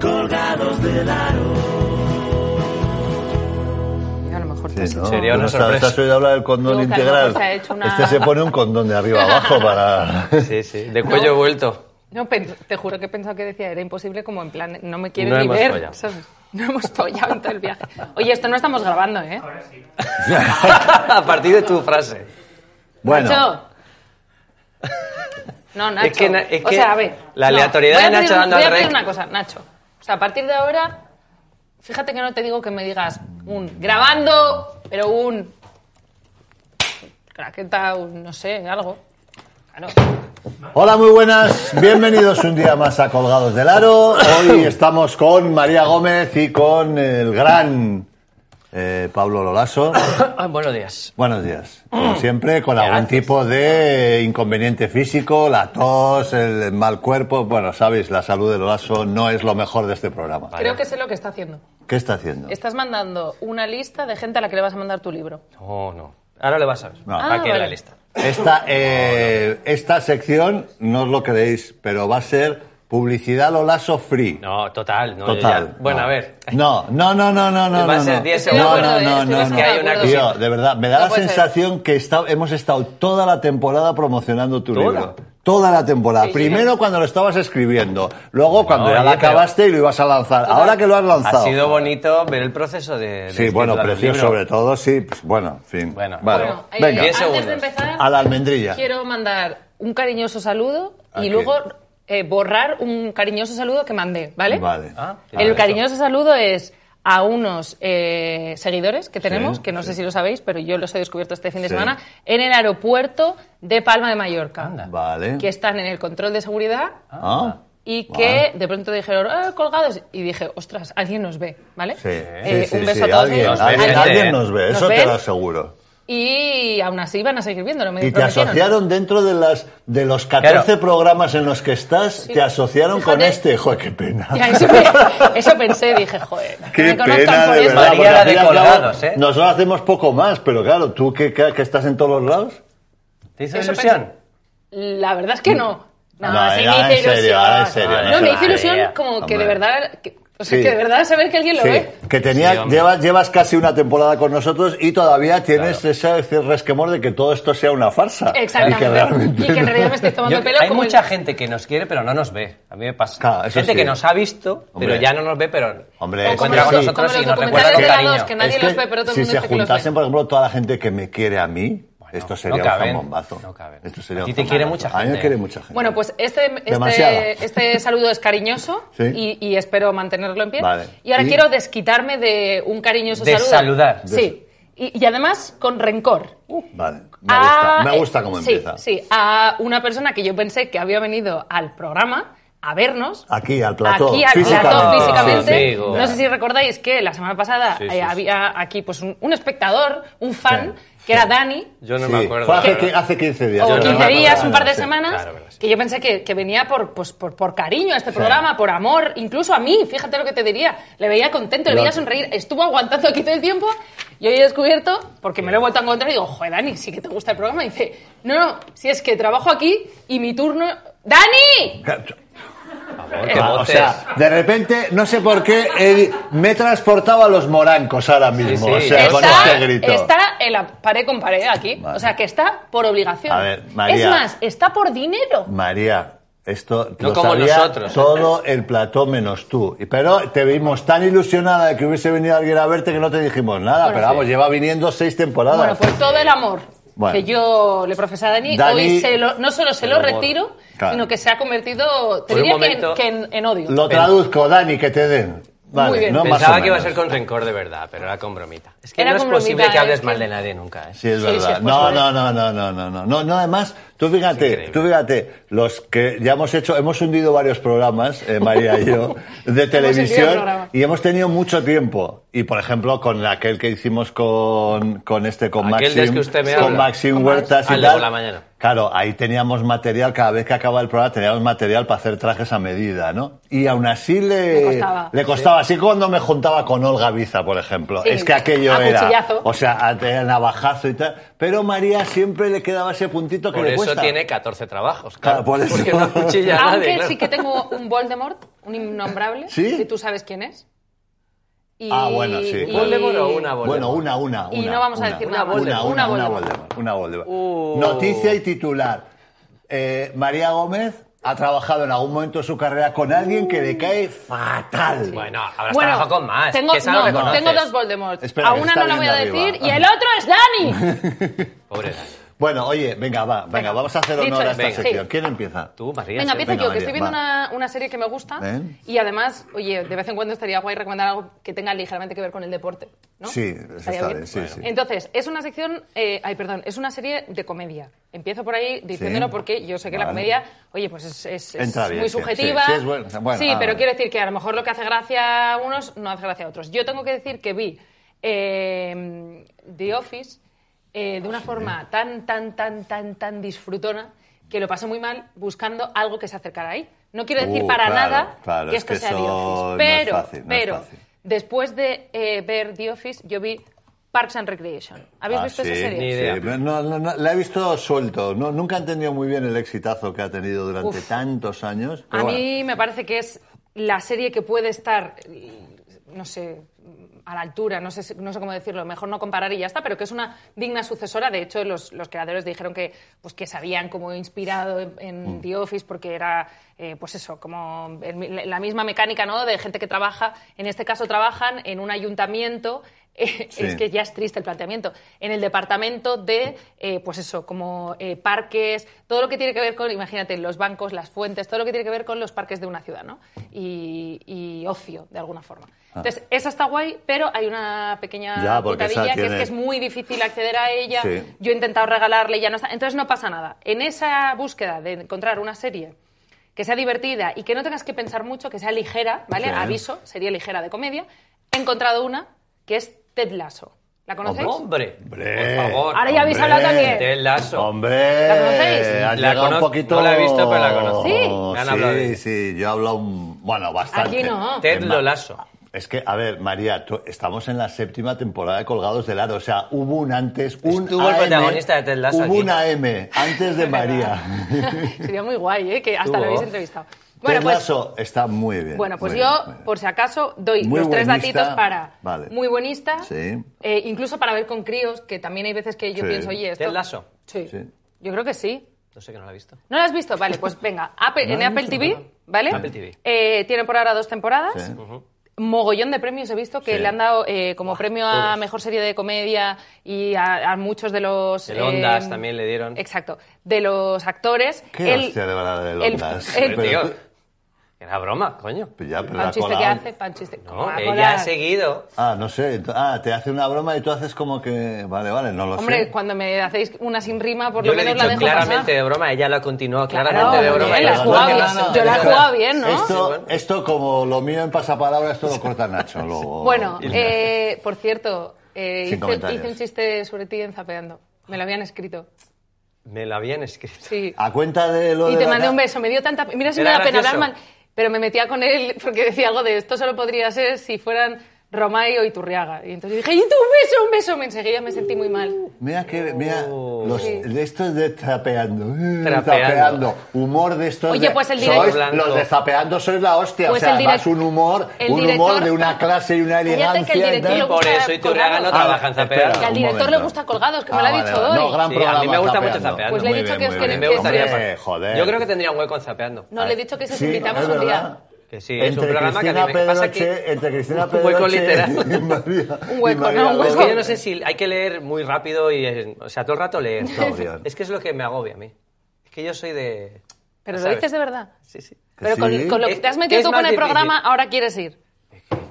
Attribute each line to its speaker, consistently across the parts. Speaker 1: Colgados del aro.
Speaker 2: A lo mejor
Speaker 3: Sí, ¿no? Pues
Speaker 4: Sería una
Speaker 3: Tú no sabes,
Speaker 4: sorpresa.
Speaker 3: has oído hablar del condón
Speaker 2: Luego,
Speaker 3: integral.
Speaker 2: Carlos, se ha hecho una-
Speaker 3: Este se pone un condón de arriba abajo para.
Speaker 4: Sí, sí, de cuello vuelto.
Speaker 2: No, pen- te juro que he pensado que decía, era imposible como en plan, no me quieren
Speaker 4: No
Speaker 2: ni
Speaker 4: hemos
Speaker 2: ver.
Speaker 4: follado.
Speaker 2: ¿sabes? No hemos follado en todo el viaje. Oye, esto no estamos grabando, ¿eh?
Speaker 4: A partir de tu frase.
Speaker 3: Bueno,
Speaker 2: Nacho. No, Nacho.
Speaker 4: Es que na- es
Speaker 2: o
Speaker 4: que
Speaker 2: sea, a ver.
Speaker 4: la
Speaker 2: no.
Speaker 4: aleatoriedad
Speaker 2: Voy a
Speaker 4: de
Speaker 2: pedir
Speaker 4: Nacho
Speaker 2: un-
Speaker 4: dando
Speaker 2: Voy a
Speaker 4: al
Speaker 2: pedir
Speaker 4: rec.
Speaker 2: una cosa, Nacho. O sea, a partir de ahora, fíjate que no te digo que me digas un grabando, pero un craqueta, un no sé, algo. Claro.
Speaker 3: hola, muy buenas. Bienvenidos un día más a Colgados del Aro. Hoy estamos con María Gómez y con el gran eh, Pablo Lolaso.
Speaker 4: Ah, buenos días.
Speaker 3: Buenos días. Como siempre, con algún tipo de inconveniente físico, la tos, el mal cuerpo. Bueno, sabéis, la salud de Lolaso no es lo mejor de este programa.
Speaker 2: Creo que sé lo que está haciendo.
Speaker 3: ¿Qué está haciendo?
Speaker 2: Estás mandando una lista de gente a la que le vas a mandar tu libro.
Speaker 4: No, no. Ahora le vas a ver.
Speaker 3: No.
Speaker 4: Aquí en la
Speaker 2: vale.
Speaker 4: lista.
Speaker 3: Esta, eh, esta sección, no os lo creéis, pero va a ser publicidad Lolaso free.
Speaker 4: No, total. No, yo
Speaker 3: Total.
Speaker 4: ya- Bueno,
Speaker 3: no.
Speaker 4: a ver.
Speaker 3: No, no, no, no, no, no.
Speaker 4: Va a
Speaker 3: no,
Speaker 4: ser
Speaker 3: no.
Speaker 4: 10
Speaker 3: No,
Speaker 4: segundos.
Speaker 3: no,
Speaker 2: Estoy de
Speaker 3: no,
Speaker 2: acuerdo,
Speaker 3: no,
Speaker 2: estoy
Speaker 3: no.
Speaker 2: de
Speaker 4: Es que hay una
Speaker 2: acuerdo.
Speaker 3: Tío,
Speaker 4: cosita.
Speaker 3: de verdad, me da
Speaker 2: No
Speaker 3: la
Speaker 2: puede ser.
Speaker 3: sensación que está- hemos estado toda la temporada promocionando tu
Speaker 4: ¿Toda?
Speaker 3: libro. Toda la temporada.
Speaker 2: Sí, sí.
Speaker 3: Primero cuando lo estabas escribiendo, luego cuando ya lo
Speaker 4: oye, pero-
Speaker 3: acabaste y lo ibas a lanzar. Ahora que lo has lanzado.
Speaker 4: Ha sido bonito ver el proceso de. de
Speaker 3: Sí, bueno,
Speaker 4: escritura del
Speaker 3: precio
Speaker 4: libro.
Speaker 3: sobre todo, sí. pues, bueno, en fin.
Speaker 4: Bueno,
Speaker 3: vale.
Speaker 2: Bueno, eh,
Speaker 3: Venga,
Speaker 4: Diez
Speaker 2: antes de
Speaker 4: segundos.
Speaker 2: empezar,
Speaker 3: a la almendrilla.
Speaker 2: quiero mandar un cariñoso saludo
Speaker 3: Aquí.
Speaker 2: y luego eh, borrar un cariñoso saludo que mandé, ¿vale?
Speaker 3: Vale.
Speaker 4: Ah,
Speaker 2: El
Speaker 4: vale.
Speaker 2: cariñoso saludo es a unos eh, seguidores que tenemos,
Speaker 3: Sí,
Speaker 2: que no
Speaker 3: sí.
Speaker 2: sé si lo sabéis, pero yo los he descubierto este fin de
Speaker 3: Sí.
Speaker 2: semana, en el aeropuerto de Palma de Mallorca,
Speaker 3: Vale.
Speaker 2: que están en el control de seguridad
Speaker 3: Ah.
Speaker 2: y
Speaker 3: Vale.
Speaker 2: que de pronto dijeron, "Ah, colgados, y dije, ostras, alguien nos ve, ¿vale?
Speaker 3: Sí,
Speaker 2: Eh,
Speaker 3: sí, sí,
Speaker 2: un beso
Speaker 3: sí,
Speaker 2: a todos
Speaker 3: Alguien,
Speaker 2: ellos.
Speaker 4: ve
Speaker 3: alguien,
Speaker 4: gente,
Speaker 3: alguien
Speaker 4: ¿eh?
Speaker 3: nos ve,
Speaker 2: Nos
Speaker 3: eso te
Speaker 2: ven.
Speaker 3: lo aseguro.
Speaker 2: Y aún así van a seguir viendo, Eh, no me
Speaker 3: Y te
Speaker 2: prometieron.
Speaker 3: asociaron dentro de las de los 14
Speaker 4: Claro.
Speaker 3: programas en los que estás, te asociaron con
Speaker 2: Fíjate.
Speaker 3: este. Joder, qué pena.
Speaker 2: Ya, eso, pe- eso pensé, dije, joder.
Speaker 3: Qué
Speaker 2: me conozcan
Speaker 3: pena,
Speaker 2: por
Speaker 3: de
Speaker 2: esto.
Speaker 3: verdad.
Speaker 4: María la
Speaker 3: porque
Speaker 4: de
Speaker 3: al fin y al cabo,
Speaker 4: colgados, ¿eh?
Speaker 3: Nosotros hacemos poco más, pero claro, tú que, que, que estás en todos los lados.
Speaker 4: ¿Te hizo
Speaker 2: Eso
Speaker 4: ilusión?
Speaker 2: La verdad es que no. No,
Speaker 3: No,
Speaker 2: sí
Speaker 3: era
Speaker 2: me hizo
Speaker 3: en serio,
Speaker 2: ilusión.
Speaker 3: era en serio,
Speaker 4: no
Speaker 2: No, me
Speaker 4: se
Speaker 2: hizo ilusión
Speaker 4: vaya.
Speaker 2: como que
Speaker 3: Hombre.
Speaker 2: de verdad. que- o sea,
Speaker 3: Sí.
Speaker 2: que de verdad saber que alguien lo
Speaker 3: Sí,
Speaker 2: ve.
Speaker 3: que tenías,
Speaker 4: Sí, hombre.
Speaker 3: llevas, llevas casi una temporada con nosotros y todavía tienes ese, ese resquemor de que todo esto sea una farsa.
Speaker 2: Exactamente.
Speaker 3: Y que realmente
Speaker 2: en realidad me estoy tomando
Speaker 4: Yo-
Speaker 2: pelo
Speaker 4: hay
Speaker 2: como
Speaker 4: mucha
Speaker 2: el-
Speaker 4: gente que nos quiere pero no nos ve. A mí me pasa.
Speaker 3: Claro, eso
Speaker 4: gente
Speaker 3: sí.
Speaker 4: que nos ha visto
Speaker 3: Hombre.
Speaker 4: pero ya no nos ve, pero
Speaker 3: Hombre,
Speaker 4: se
Speaker 3: eso
Speaker 4: encuentra con
Speaker 3: sí.
Speaker 4: nosotros
Speaker 2: Como
Speaker 4: y
Speaker 2: los
Speaker 4: nos recuerda con
Speaker 2: documentales de la dos,
Speaker 4: cariño.
Speaker 2: que nadie
Speaker 3: Es que
Speaker 2: los ve, pero todo el
Speaker 3: si
Speaker 2: mundo
Speaker 3: se
Speaker 2: dice que los
Speaker 3: juntasen,
Speaker 2: ve.
Speaker 3: por ejemplo, toda la gente que me quiere a mí,
Speaker 4: Bueno,
Speaker 3: esto sería
Speaker 4: no caben,
Speaker 3: un zambombazo.
Speaker 4: no caben.
Speaker 3: Esto sería
Speaker 4: A ti
Speaker 3: un
Speaker 4: te quiere
Speaker 3: zambombazo.
Speaker 4: mucha
Speaker 3: A mí me
Speaker 4: gente.
Speaker 3: quiere mucha gente.
Speaker 2: Bueno, pues este,
Speaker 3: Demasiada.
Speaker 2: este, este saludo es cariñoso
Speaker 3: Sí.
Speaker 2: y, y espero mantenerlo en pie.
Speaker 3: Vale.
Speaker 2: Y ahora
Speaker 3: Y-
Speaker 2: quiero desquitarme de un cariñoso
Speaker 4: De
Speaker 2: saludo.
Speaker 4: saludar.
Speaker 2: Sí. Y, y además con rencor.
Speaker 3: Uh, Vale, me
Speaker 2: a-
Speaker 3: gusta, me gusta cómo
Speaker 2: Ah, eh, sí,
Speaker 3: empieza.
Speaker 2: Sí, a una persona que yo pensé que había venido al programa a vernos.
Speaker 3: Aquí, al plató,
Speaker 2: Aquí, al
Speaker 3: físicamente.
Speaker 2: plató,
Speaker 4: Ah,
Speaker 2: físicamente.
Speaker 4: amigo.
Speaker 2: No sé si recordáis que la semana pasada
Speaker 4: Sí, sí,
Speaker 2: eh,
Speaker 4: sí.
Speaker 2: había aquí pues un, un espectador, un fan,
Speaker 3: Sí,
Speaker 2: que era Dani.
Speaker 4: Yo no
Speaker 3: Sí,
Speaker 4: me acuerdo.
Speaker 3: Fue
Speaker 4: la
Speaker 3: hace,
Speaker 4: verdad.
Speaker 3: que- hace 15 días.
Speaker 2: O
Speaker 4: no me
Speaker 2: 15
Speaker 4: acuerdo,
Speaker 2: días,
Speaker 4: claro,
Speaker 2: un par de
Speaker 3: Sí.
Speaker 2: semanas,
Speaker 4: Claro, verdad, sí.
Speaker 2: que yo pensé que, que venía por, pues, por, por cariño a este programa, por amor, incluso a mí, fíjate lo que te diría, le veía contento, le
Speaker 3: Lo-
Speaker 2: veía sonreír, estuvo aguantando aquí todo el tiempo y hoy he descubierto, porque me lo he vuelto a encontrar y digo, joder, Dani, sí que te gusta el programa, y dice, no, no, si es que trabajo aquí y mi turno... ¡Dani!
Speaker 4: Por favor,
Speaker 2: Eh,
Speaker 4: que
Speaker 3: Ah, o
Speaker 4: voces.
Speaker 3: sea, de repente, no sé por qué, eh, me he transportado a los morancos ahora mismo.
Speaker 4: sí,
Speaker 3: o sea,
Speaker 4: yo
Speaker 3: con
Speaker 4: sé.
Speaker 3: este grito.
Speaker 2: está en la pared con pared aquí,
Speaker 3: Vale.
Speaker 2: o sea que está por obligación.
Speaker 3: A ver, María.
Speaker 2: Es más, está por dinero.
Speaker 3: María, esto
Speaker 4: No
Speaker 3: lo
Speaker 4: como
Speaker 3: sabía
Speaker 4: nosotros. ¿eh?
Speaker 3: todo el plató menos tú. Y- Pero te vimos tan ilusionada de que hubiese venido alguien a verte que no te dijimos nada. pero vamos, lleva viniendo seis temporadas.
Speaker 2: Bueno, pues todo el amor
Speaker 3: Bueno.
Speaker 2: que yo le profesé a Dani,
Speaker 3: Dani-
Speaker 2: hoy se lo- no solo se lo retiro,
Speaker 3: Claro.
Speaker 2: sino que se ha convertido, te
Speaker 4: Por un
Speaker 2: diría que en-
Speaker 4: momento-
Speaker 2: que en, en odio.
Speaker 3: Lo traduzco, Dani, que te den. Vale,
Speaker 2: pues- Muy bien.
Speaker 3: no más
Speaker 4: Pensaba
Speaker 3: o
Speaker 4: que iba a
Speaker 3: menos.
Speaker 4: ser con rencor de verdad, pero era con bromita. Es que
Speaker 2: Era
Speaker 4: no es
Speaker 2: con bromita,
Speaker 4: posible que
Speaker 2: es
Speaker 4: hables
Speaker 2: que-
Speaker 4: mal de nadie nunca, ¿eh?
Speaker 3: Sí, es
Speaker 2: Sí, sí,
Speaker 3: verdad.
Speaker 2: es
Speaker 3: no,
Speaker 2: posible.
Speaker 3: no, no, no, no, no, no, no. No, además, tú fíjate,
Speaker 4: increíble.
Speaker 3: tú fíjate, los que ya hemos hecho, hemos hundido varios programas, eh, María y yo, de
Speaker 2: hundido el
Speaker 3: televisión
Speaker 2: programa.
Speaker 3: y hemos tenido mucho tiempo. Y por ejemplo, con aquel que hicimos con, con este, con
Speaker 4: Aquel del
Speaker 3: Maxim,
Speaker 4: que usted me
Speaker 3: con
Speaker 4: habla.
Speaker 3: Maxim
Speaker 2: Con
Speaker 3: Huertas
Speaker 4: Max.
Speaker 3: y
Speaker 4: Al de
Speaker 3: tal.
Speaker 4: por la mañana.
Speaker 3: Claro, ahí teníamos material, cada vez que acababa el programa teníamos material para hacer trajes a medida, ¿no? Y aún así le,
Speaker 2: Le costaba.
Speaker 3: le costaba. Así cuando me juntaba con Olga Biza, por ejemplo.
Speaker 2: Sí,
Speaker 3: es que aquello
Speaker 2: a
Speaker 3: era.
Speaker 2: cuchillazo.
Speaker 3: O sea, a a navajazo y tal. Pero María siempre le quedaba ese puntito que
Speaker 4: Por
Speaker 3: le
Speaker 4: eso
Speaker 3: cuesta.
Speaker 4: tiene 14 trabajos.
Speaker 3: Claro, por eso.
Speaker 4: Porque no cuchilla a nadie,
Speaker 2: Aunque
Speaker 4: claro.
Speaker 2: sí que tengo un Voldemort, un innombrable,
Speaker 3: ¿Sí?
Speaker 2: que tú sabes quién es. Y-
Speaker 3: Ah, bueno, sí,
Speaker 2: y-
Speaker 3: claro.
Speaker 4: ¿Voldemort o una Voldemort?
Speaker 3: Bueno, una, una,
Speaker 2: Y
Speaker 3: una,
Speaker 2: no vamos a
Speaker 3: una,
Speaker 2: decir
Speaker 3: una,
Speaker 2: nada más. Una
Speaker 3: Una, una, una
Speaker 2: Voldemort.
Speaker 3: Voldemort. Una Voldemort.
Speaker 4: Uh.
Speaker 3: Noticia y titular. Eh, María Gómez ha trabajado en algún momento de su carrera con alguien que
Speaker 2: Uh.
Speaker 3: le cae fatal.
Speaker 4: Bueno, habrás
Speaker 2: Bueno,
Speaker 4: trabajado con más.
Speaker 2: Tengo,
Speaker 4: que esa no,
Speaker 2: no,
Speaker 4: reconoces.
Speaker 2: tengo dos Voldemort.
Speaker 3: Espera,
Speaker 2: a
Speaker 3: que
Speaker 2: una
Speaker 3: está
Speaker 2: no la voy a
Speaker 3: viendo
Speaker 2: decir
Speaker 3: arriba.
Speaker 2: y el otro es Dani.
Speaker 4: Pobre Dani.
Speaker 3: Bueno, oye, venga, va, venga,
Speaker 2: Venga.
Speaker 3: vamos a hacer
Speaker 2: Dicho
Speaker 3: honor a
Speaker 2: es,
Speaker 3: esta
Speaker 4: venga.
Speaker 3: sección.
Speaker 2: Sí.
Speaker 3: ¿Quién empieza?
Speaker 4: Tú, María.
Speaker 2: Venga,
Speaker 4: sí.
Speaker 2: empiezo yo,
Speaker 3: María,
Speaker 2: que estoy viendo
Speaker 3: va.
Speaker 2: una, una serie que me gusta
Speaker 3: Ven.
Speaker 2: y además, oye, de vez en cuando estaría guay recomendar algo que tenga ligeramente que ver con el deporte, ¿no?
Speaker 3: Sí, eso
Speaker 2: Estaría
Speaker 3: está bien, sí, sí.
Speaker 2: Entonces, es una sección, eh, ay, perdón, es una serie de comedia. Empiezo por ahí diciéndolo porque yo sé que la
Speaker 3: Vale.
Speaker 2: comedia, oye, pues es, es- es
Speaker 3: Entra bien,
Speaker 2: muy
Speaker 3: sí,
Speaker 2: subjetiva.
Speaker 3: sí, sí, es bueno, bueno,
Speaker 2: Sí,
Speaker 3: ah,
Speaker 2: pero
Speaker 3: vale.
Speaker 2: quiero decir que a lo mejor lo que hace gracia a unos no hace gracia a otros. Yo tengo que decir que vi eh, The Office eh, de una forma tan, tan, tan, tan, tan disfrutona que lo pasé muy mal buscando algo que se acercara ahí. No quiero decir
Speaker 3: Uh,
Speaker 2: para
Speaker 3: claro,
Speaker 2: nada
Speaker 3: claro,
Speaker 2: que
Speaker 3: es
Speaker 2: esto
Speaker 3: que
Speaker 2: sea The
Speaker 3: eso
Speaker 2: Office,
Speaker 3: no es
Speaker 2: pero,
Speaker 3: fácil, no es
Speaker 2: pero
Speaker 3: fácil.
Speaker 2: después de eh, ver The Office yo vi Parks and Recreation. ¿Habéis
Speaker 3: Ah,
Speaker 2: visto
Speaker 3: sí,
Speaker 2: esa serie?
Speaker 4: Ni
Speaker 3: sí,
Speaker 4: idea.
Speaker 3: pero no, no, no, la he visto suelto. No, nunca he entendido muy bien el exitazo que ha tenido durante
Speaker 2: Uf.
Speaker 3: tantos años.
Speaker 2: A
Speaker 3: pero bueno.
Speaker 2: mí me parece que es la serie que puede estar, mm, no sé, a la altura, no sé, si- no sé cómo decirlo, mejor no comparar y ya está, pero que es una digna sucesora. De hecho, los, los creadores dijeron que, pues, que se habían como inspirado en,
Speaker 3: Mm.
Speaker 2: en The Office porque era, eh, pues eso, como el mi- la misma mecánica, ¿no? De gente que trabaja, en este caso trabajan en un ayuntamiento. eh,
Speaker 3: Sí.
Speaker 2: Es que ya es triste el planteamiento. En el departamento de, eh, pues eso, como eh, parques, todo lo que tiene que ver con, imagínate, los bancos, las fuentes, todo lo que tiene que ver con los parques de una ciudad, ¿no? Y, y ocio, de alguna forma. Entonces, esa está guay, pero hay una pequeña
Speaker 3: Ah. Ya, porque esa
Speaker 2: picadilla que es
Speaker 3: tiene-
Speaker 2: que es muy difícil acceder a ella.
Speaker 3: Sí.
Speaker 2: Yo he intentado regalarle, ya no está. Entonces, no pasa nada. En esa búsqueda de encontrar una serie que sea divertida y que no tengas que pensar mucho, que sea ligera, ¿vale?
Speaker 3: Sí.
Speaker 2: Aviso, sería ligera de comedia. He encontrado una que es Ted Lasso. ¿La conocéis?
Speaker 4: Hombre,
Speaker 3: Hombre.
Speaker 4: por favor.
Speaker 2: Ahora ya habéis
Speaker 3: Hombre.
Speaker 2: hablado también.
Speaker 4: Del lazo.
Speaker 3: Hombre,
Speaker 2: ¿La conocéis?
Speaker 3: has
Speaker 4: La
Speaker 3: llegado un
Speaker 4: conozco,
Speaker 3: poquito.
Speaker 4: no la he visto, pero la conozco.
Speaker 2: Sí.
Speaker 4: Me han hablado de
Speaker 3: Sí,
Speaker 4: ella.
Speaker 3: sí, yo he hablado, un- bueno, bastante.
Speaker 2: Aquí no.
Speaker 4: Ted
Speaker 3: Emma,
Speaker 4: lo lazo.
Speaker 3: Es que, a ver, María, tú- estamos en la séptima temporada de Colgados del Aro. O sea, hubo un antes, un
Speaker 4: Estuvo el
Speaker 3: AM,
Speaker 4: protagonista de Ted Lasso
Speaker 3: Hubo
Speaker 4: aquí.
Speaker 3: una M antes de
Speaker 2: Es verdad.
Speaker 3: María.
Speaker 2: Sería muy guay, ¿eh? Que hasta lo
Speaker 4: Tú,
Speaker 2: habéis
Speaker 4: ¿oh?
Speaker 2: entrevistado. Bueno,
Speaker 3: Bueno, Ted
Speaker 2: pues,
Speaker 3: Lasso está muy bien.
Speaker 2: bueno, pues
Speaker 3: muy bien,
Speaker 2: yo,
Speaker 3: muy bien.
Speaker 2: por si acaso, doy
Speaker 3: Muy
Speaker 2: los tres
Speaker 3: buenista.
Speaker 2: datitos para
Speaker 3: Vale.
Speaker 2: muy buenista,
Speaker 3: Sí.
Speaker 2: eh, incluso para ver con críos, que también hay veces que yo
Speaker 3: Sí.
Speaker 2: pienso, oye, esto...
Speaker 4: Ted Lasso.
Speaker 2: Sí.
Speaker 3: Sí.
Speaker 2: Yo creo que sí.
Speaker 4: No sé que no lo he visto.
Speaker 2: ¿No lo has visto? Vale, pues venga, Apple- en
Speaker 3: No,
Speaker 2: Apple
Speaker 3: no,
Speaker 2: TV,
Speaker 3: no.
Speaker 2: ¿vale?
Speaker 4: Apple TV.
Speaker 2: Eh, tiene por ahora dos temporadas.
Speaker 3: Sí.
Speaker 2: Mogollón de premios he visto que
Speaker 3: Sí.
Speaker 2: le han dado eh, como premio a
Speaker 4: todos.
Speaker 2: mejor serie de comedia y a, a muchos de los. eh,
Speaker 4: El Ondas también le dieron.
Speaker 2: Exacto, de los actores.
Speaker 3: ¿Qué
Speaker 2: El-
Speaker 3: hostia de verdad del
Speaker 2: el-
Speaker 3: Ondas?
Speaker 2: el-
Speaker 4: Pero, tío, era broma, coño.
Speaker 3: Pues ya, pero
Speaker 2: Pan
Speaker 3: la
Speaker 2: chiste
Speaker 3: cola-
Speaker 2: que hace, pan chiste. ¿Cómo
Speaker 4: No,
Speaker 2: va a
Speaker 4: ella
Speaker 2: colar?
Speaker 4: ha seguido.
Speaker 3: Ah, no sé. ent- Ah, te hace una broma y tú haces como que. Vale, vale, no lo
Speaker 2: Hombre,
Speaker 3: sé.
Speaker 2: cuando me hacéis una sin rima, por
Speaker 4: Yo
Speaker 2: lo
Speaker 4: le he
Speaker 2: menos la
Speaker 4: dicho
Speaker 2: dejo
Speaker 4: claramente
Speaker 2: pasar.
Speaker 4: de broma, ella lo continuó
Speaker 2: Claro,
Speaker 4: claramente de
Speaker 2: muy
Speaker 4: broma.
Speaker 2: bien,
Speaker 4: y
Speaker 2: Eh, la
Speaker 4: yo-
Speaker 2: he jugado bien, yo la he jugado bien, ¿no?
Speaker 4: Sí,
Speaker 3: Esto, eh,
Speaker 4: bueno.
Speaker 3: esto como lo mío en pasapalabra, esto lo corta Nacho luego.
Speaker 2: Oh, Bueno, eh, por cierto, eh,
Speaker 3: Sin
Speaker 2: hice,
Speaker 3: comentarios.
Speaker 2: hice un chiste sobre ti en Zapeando. Me lo habían escrito.
Speaker 4: Me lo habían escrito.
Speaker 2: Sí.
Speaker 3: A cuenta de lo
Speaker 2: Y
Speaker 3: de
Speaker 2: te
Speaker 3: la
Speaker 2: mandé
Speaker 3: ca-
Speaker 2: un beso, me dio tanta... Mira si me
Speaker 4: Era
Speaker 2: da pena hablar
Speaker 4: gracioso.
Speaker 2: mal, pero me metía con él porque decía algo de esto solo podría ser si fueran Romay o Iturriaga. Y entonces dije, ¡y tú un beso, un beso! Me enseguida me sentí muy mal.
Speaker 3: Mira que, mira,
Speaker 4: Oh.
Speaker 3: los,
Speaker 2: Sí.
Speaker 3: de estos de trapeando, eh,
Speaker 4: Trapeando.
Speaker 3: trapeando, humor de estos.
Speaker 2: Oye,
Speaker 3: de-
Speaker 2: pues el
Speaker 3: sois-
Speaker 4: director-
Speaker 3: los de zapeando sois la hostia,
Speaker 2: Pues
Speaker 3: o sea,
Speaker 2: el direc-
Speaker 3: vas un humor,
Speaker 2: el
Speaker 3: un humor
Speaker 2: director-
Speaker 3: de una clase y una
Speaker 2: Cállate que el
Speaker 3: elegancia. y
Speaker 2: director
Speaker 3: tal.
Speaker 4: Y
Speaker 2: lo-
Speaker 4: por
Speaker 2: gusta
Speaker 4: eso Iturriaga no
Speaker 3: Ah,
Speaker 4: trabaja en
Speaker 3: espera,
Speaker 4: Zapeando.
Speaker 2: Que al
Speaker 3: un
Speaker 2: director le
Speaker 3: momento. Ah,
Speaker 2: gusta Colgados, que me lo ha
Speaker 3: vale,
Speaker 2: dicho hoy.
Speaker 3: vale. No, gran
Speaker 4: Sí, a mí
Speaker 3: programa.
Speaker 4: me gusta mucho
Speaker 3: Zapeando.
Speaker 4: Zapeando.
Speaker 2: Pues le he
Speaker 3: Muy
Speaker 2: dicho
Speaker 3: bien,
Speaker 2: que os
Speaker 3: muy
Speaker 4: A
Speaker 2: que-
Speaker 4: mí
Speaker 3: bien.
Speaker 4: me gustaría.
Speaker 3: Hombre, joder.
Speaker 4: Yo creo que tendría un hueco en Zapeando.
Speaker 2: No, le he dicho que se os
Speaker 3: Sí,
Speaker 2: invitamos
Speaker 3: es
Speaker 2: un día.
Speaker 3: verdad.
Speaker 4: Que sí,
Speaker 3: entre
Speaker 4: es un programa que a mí
Speaker 3: Cristina
Speaker 4: me- pasa que-
Speaker 3: Pedroche- entre Cristina
Speaker 4: Un hueco
Speaker 3: Pedroche
Speaker 4: literal.
Speaker 3: y María-
Speaker 2: Un hueco,
Speaker 3: y María
Speaker 2: ¿no? Un
Speaker 4: Es
Speaker 3: Gómez.
Speaker 4: que yo no sé si hay que leer muy rápido y, eh, o sea, todo el rato leer.
Speaker 3: No, Dios.
Speaker 4: es que es lo que me agobia a mí. Es que yo soy de...
Speaker 2: Pero lo
Speaker 4: ¿sabes?
Speaker 2: dices de verdad.
Speaker 4: Sí, sí.
Speaker 3: Que
Speaker 2: Pero con,
Speaker 3: sí.
Speaker 2: con lo que
Speaker 4: Es-
Speaker 2: te has metido
Speaker 4: es
Speaker 2: tú
Speaker 4: más
Speaker 2: con el
Speaker 4: difícil.
Speaker 2: programa, ahora quieres ir.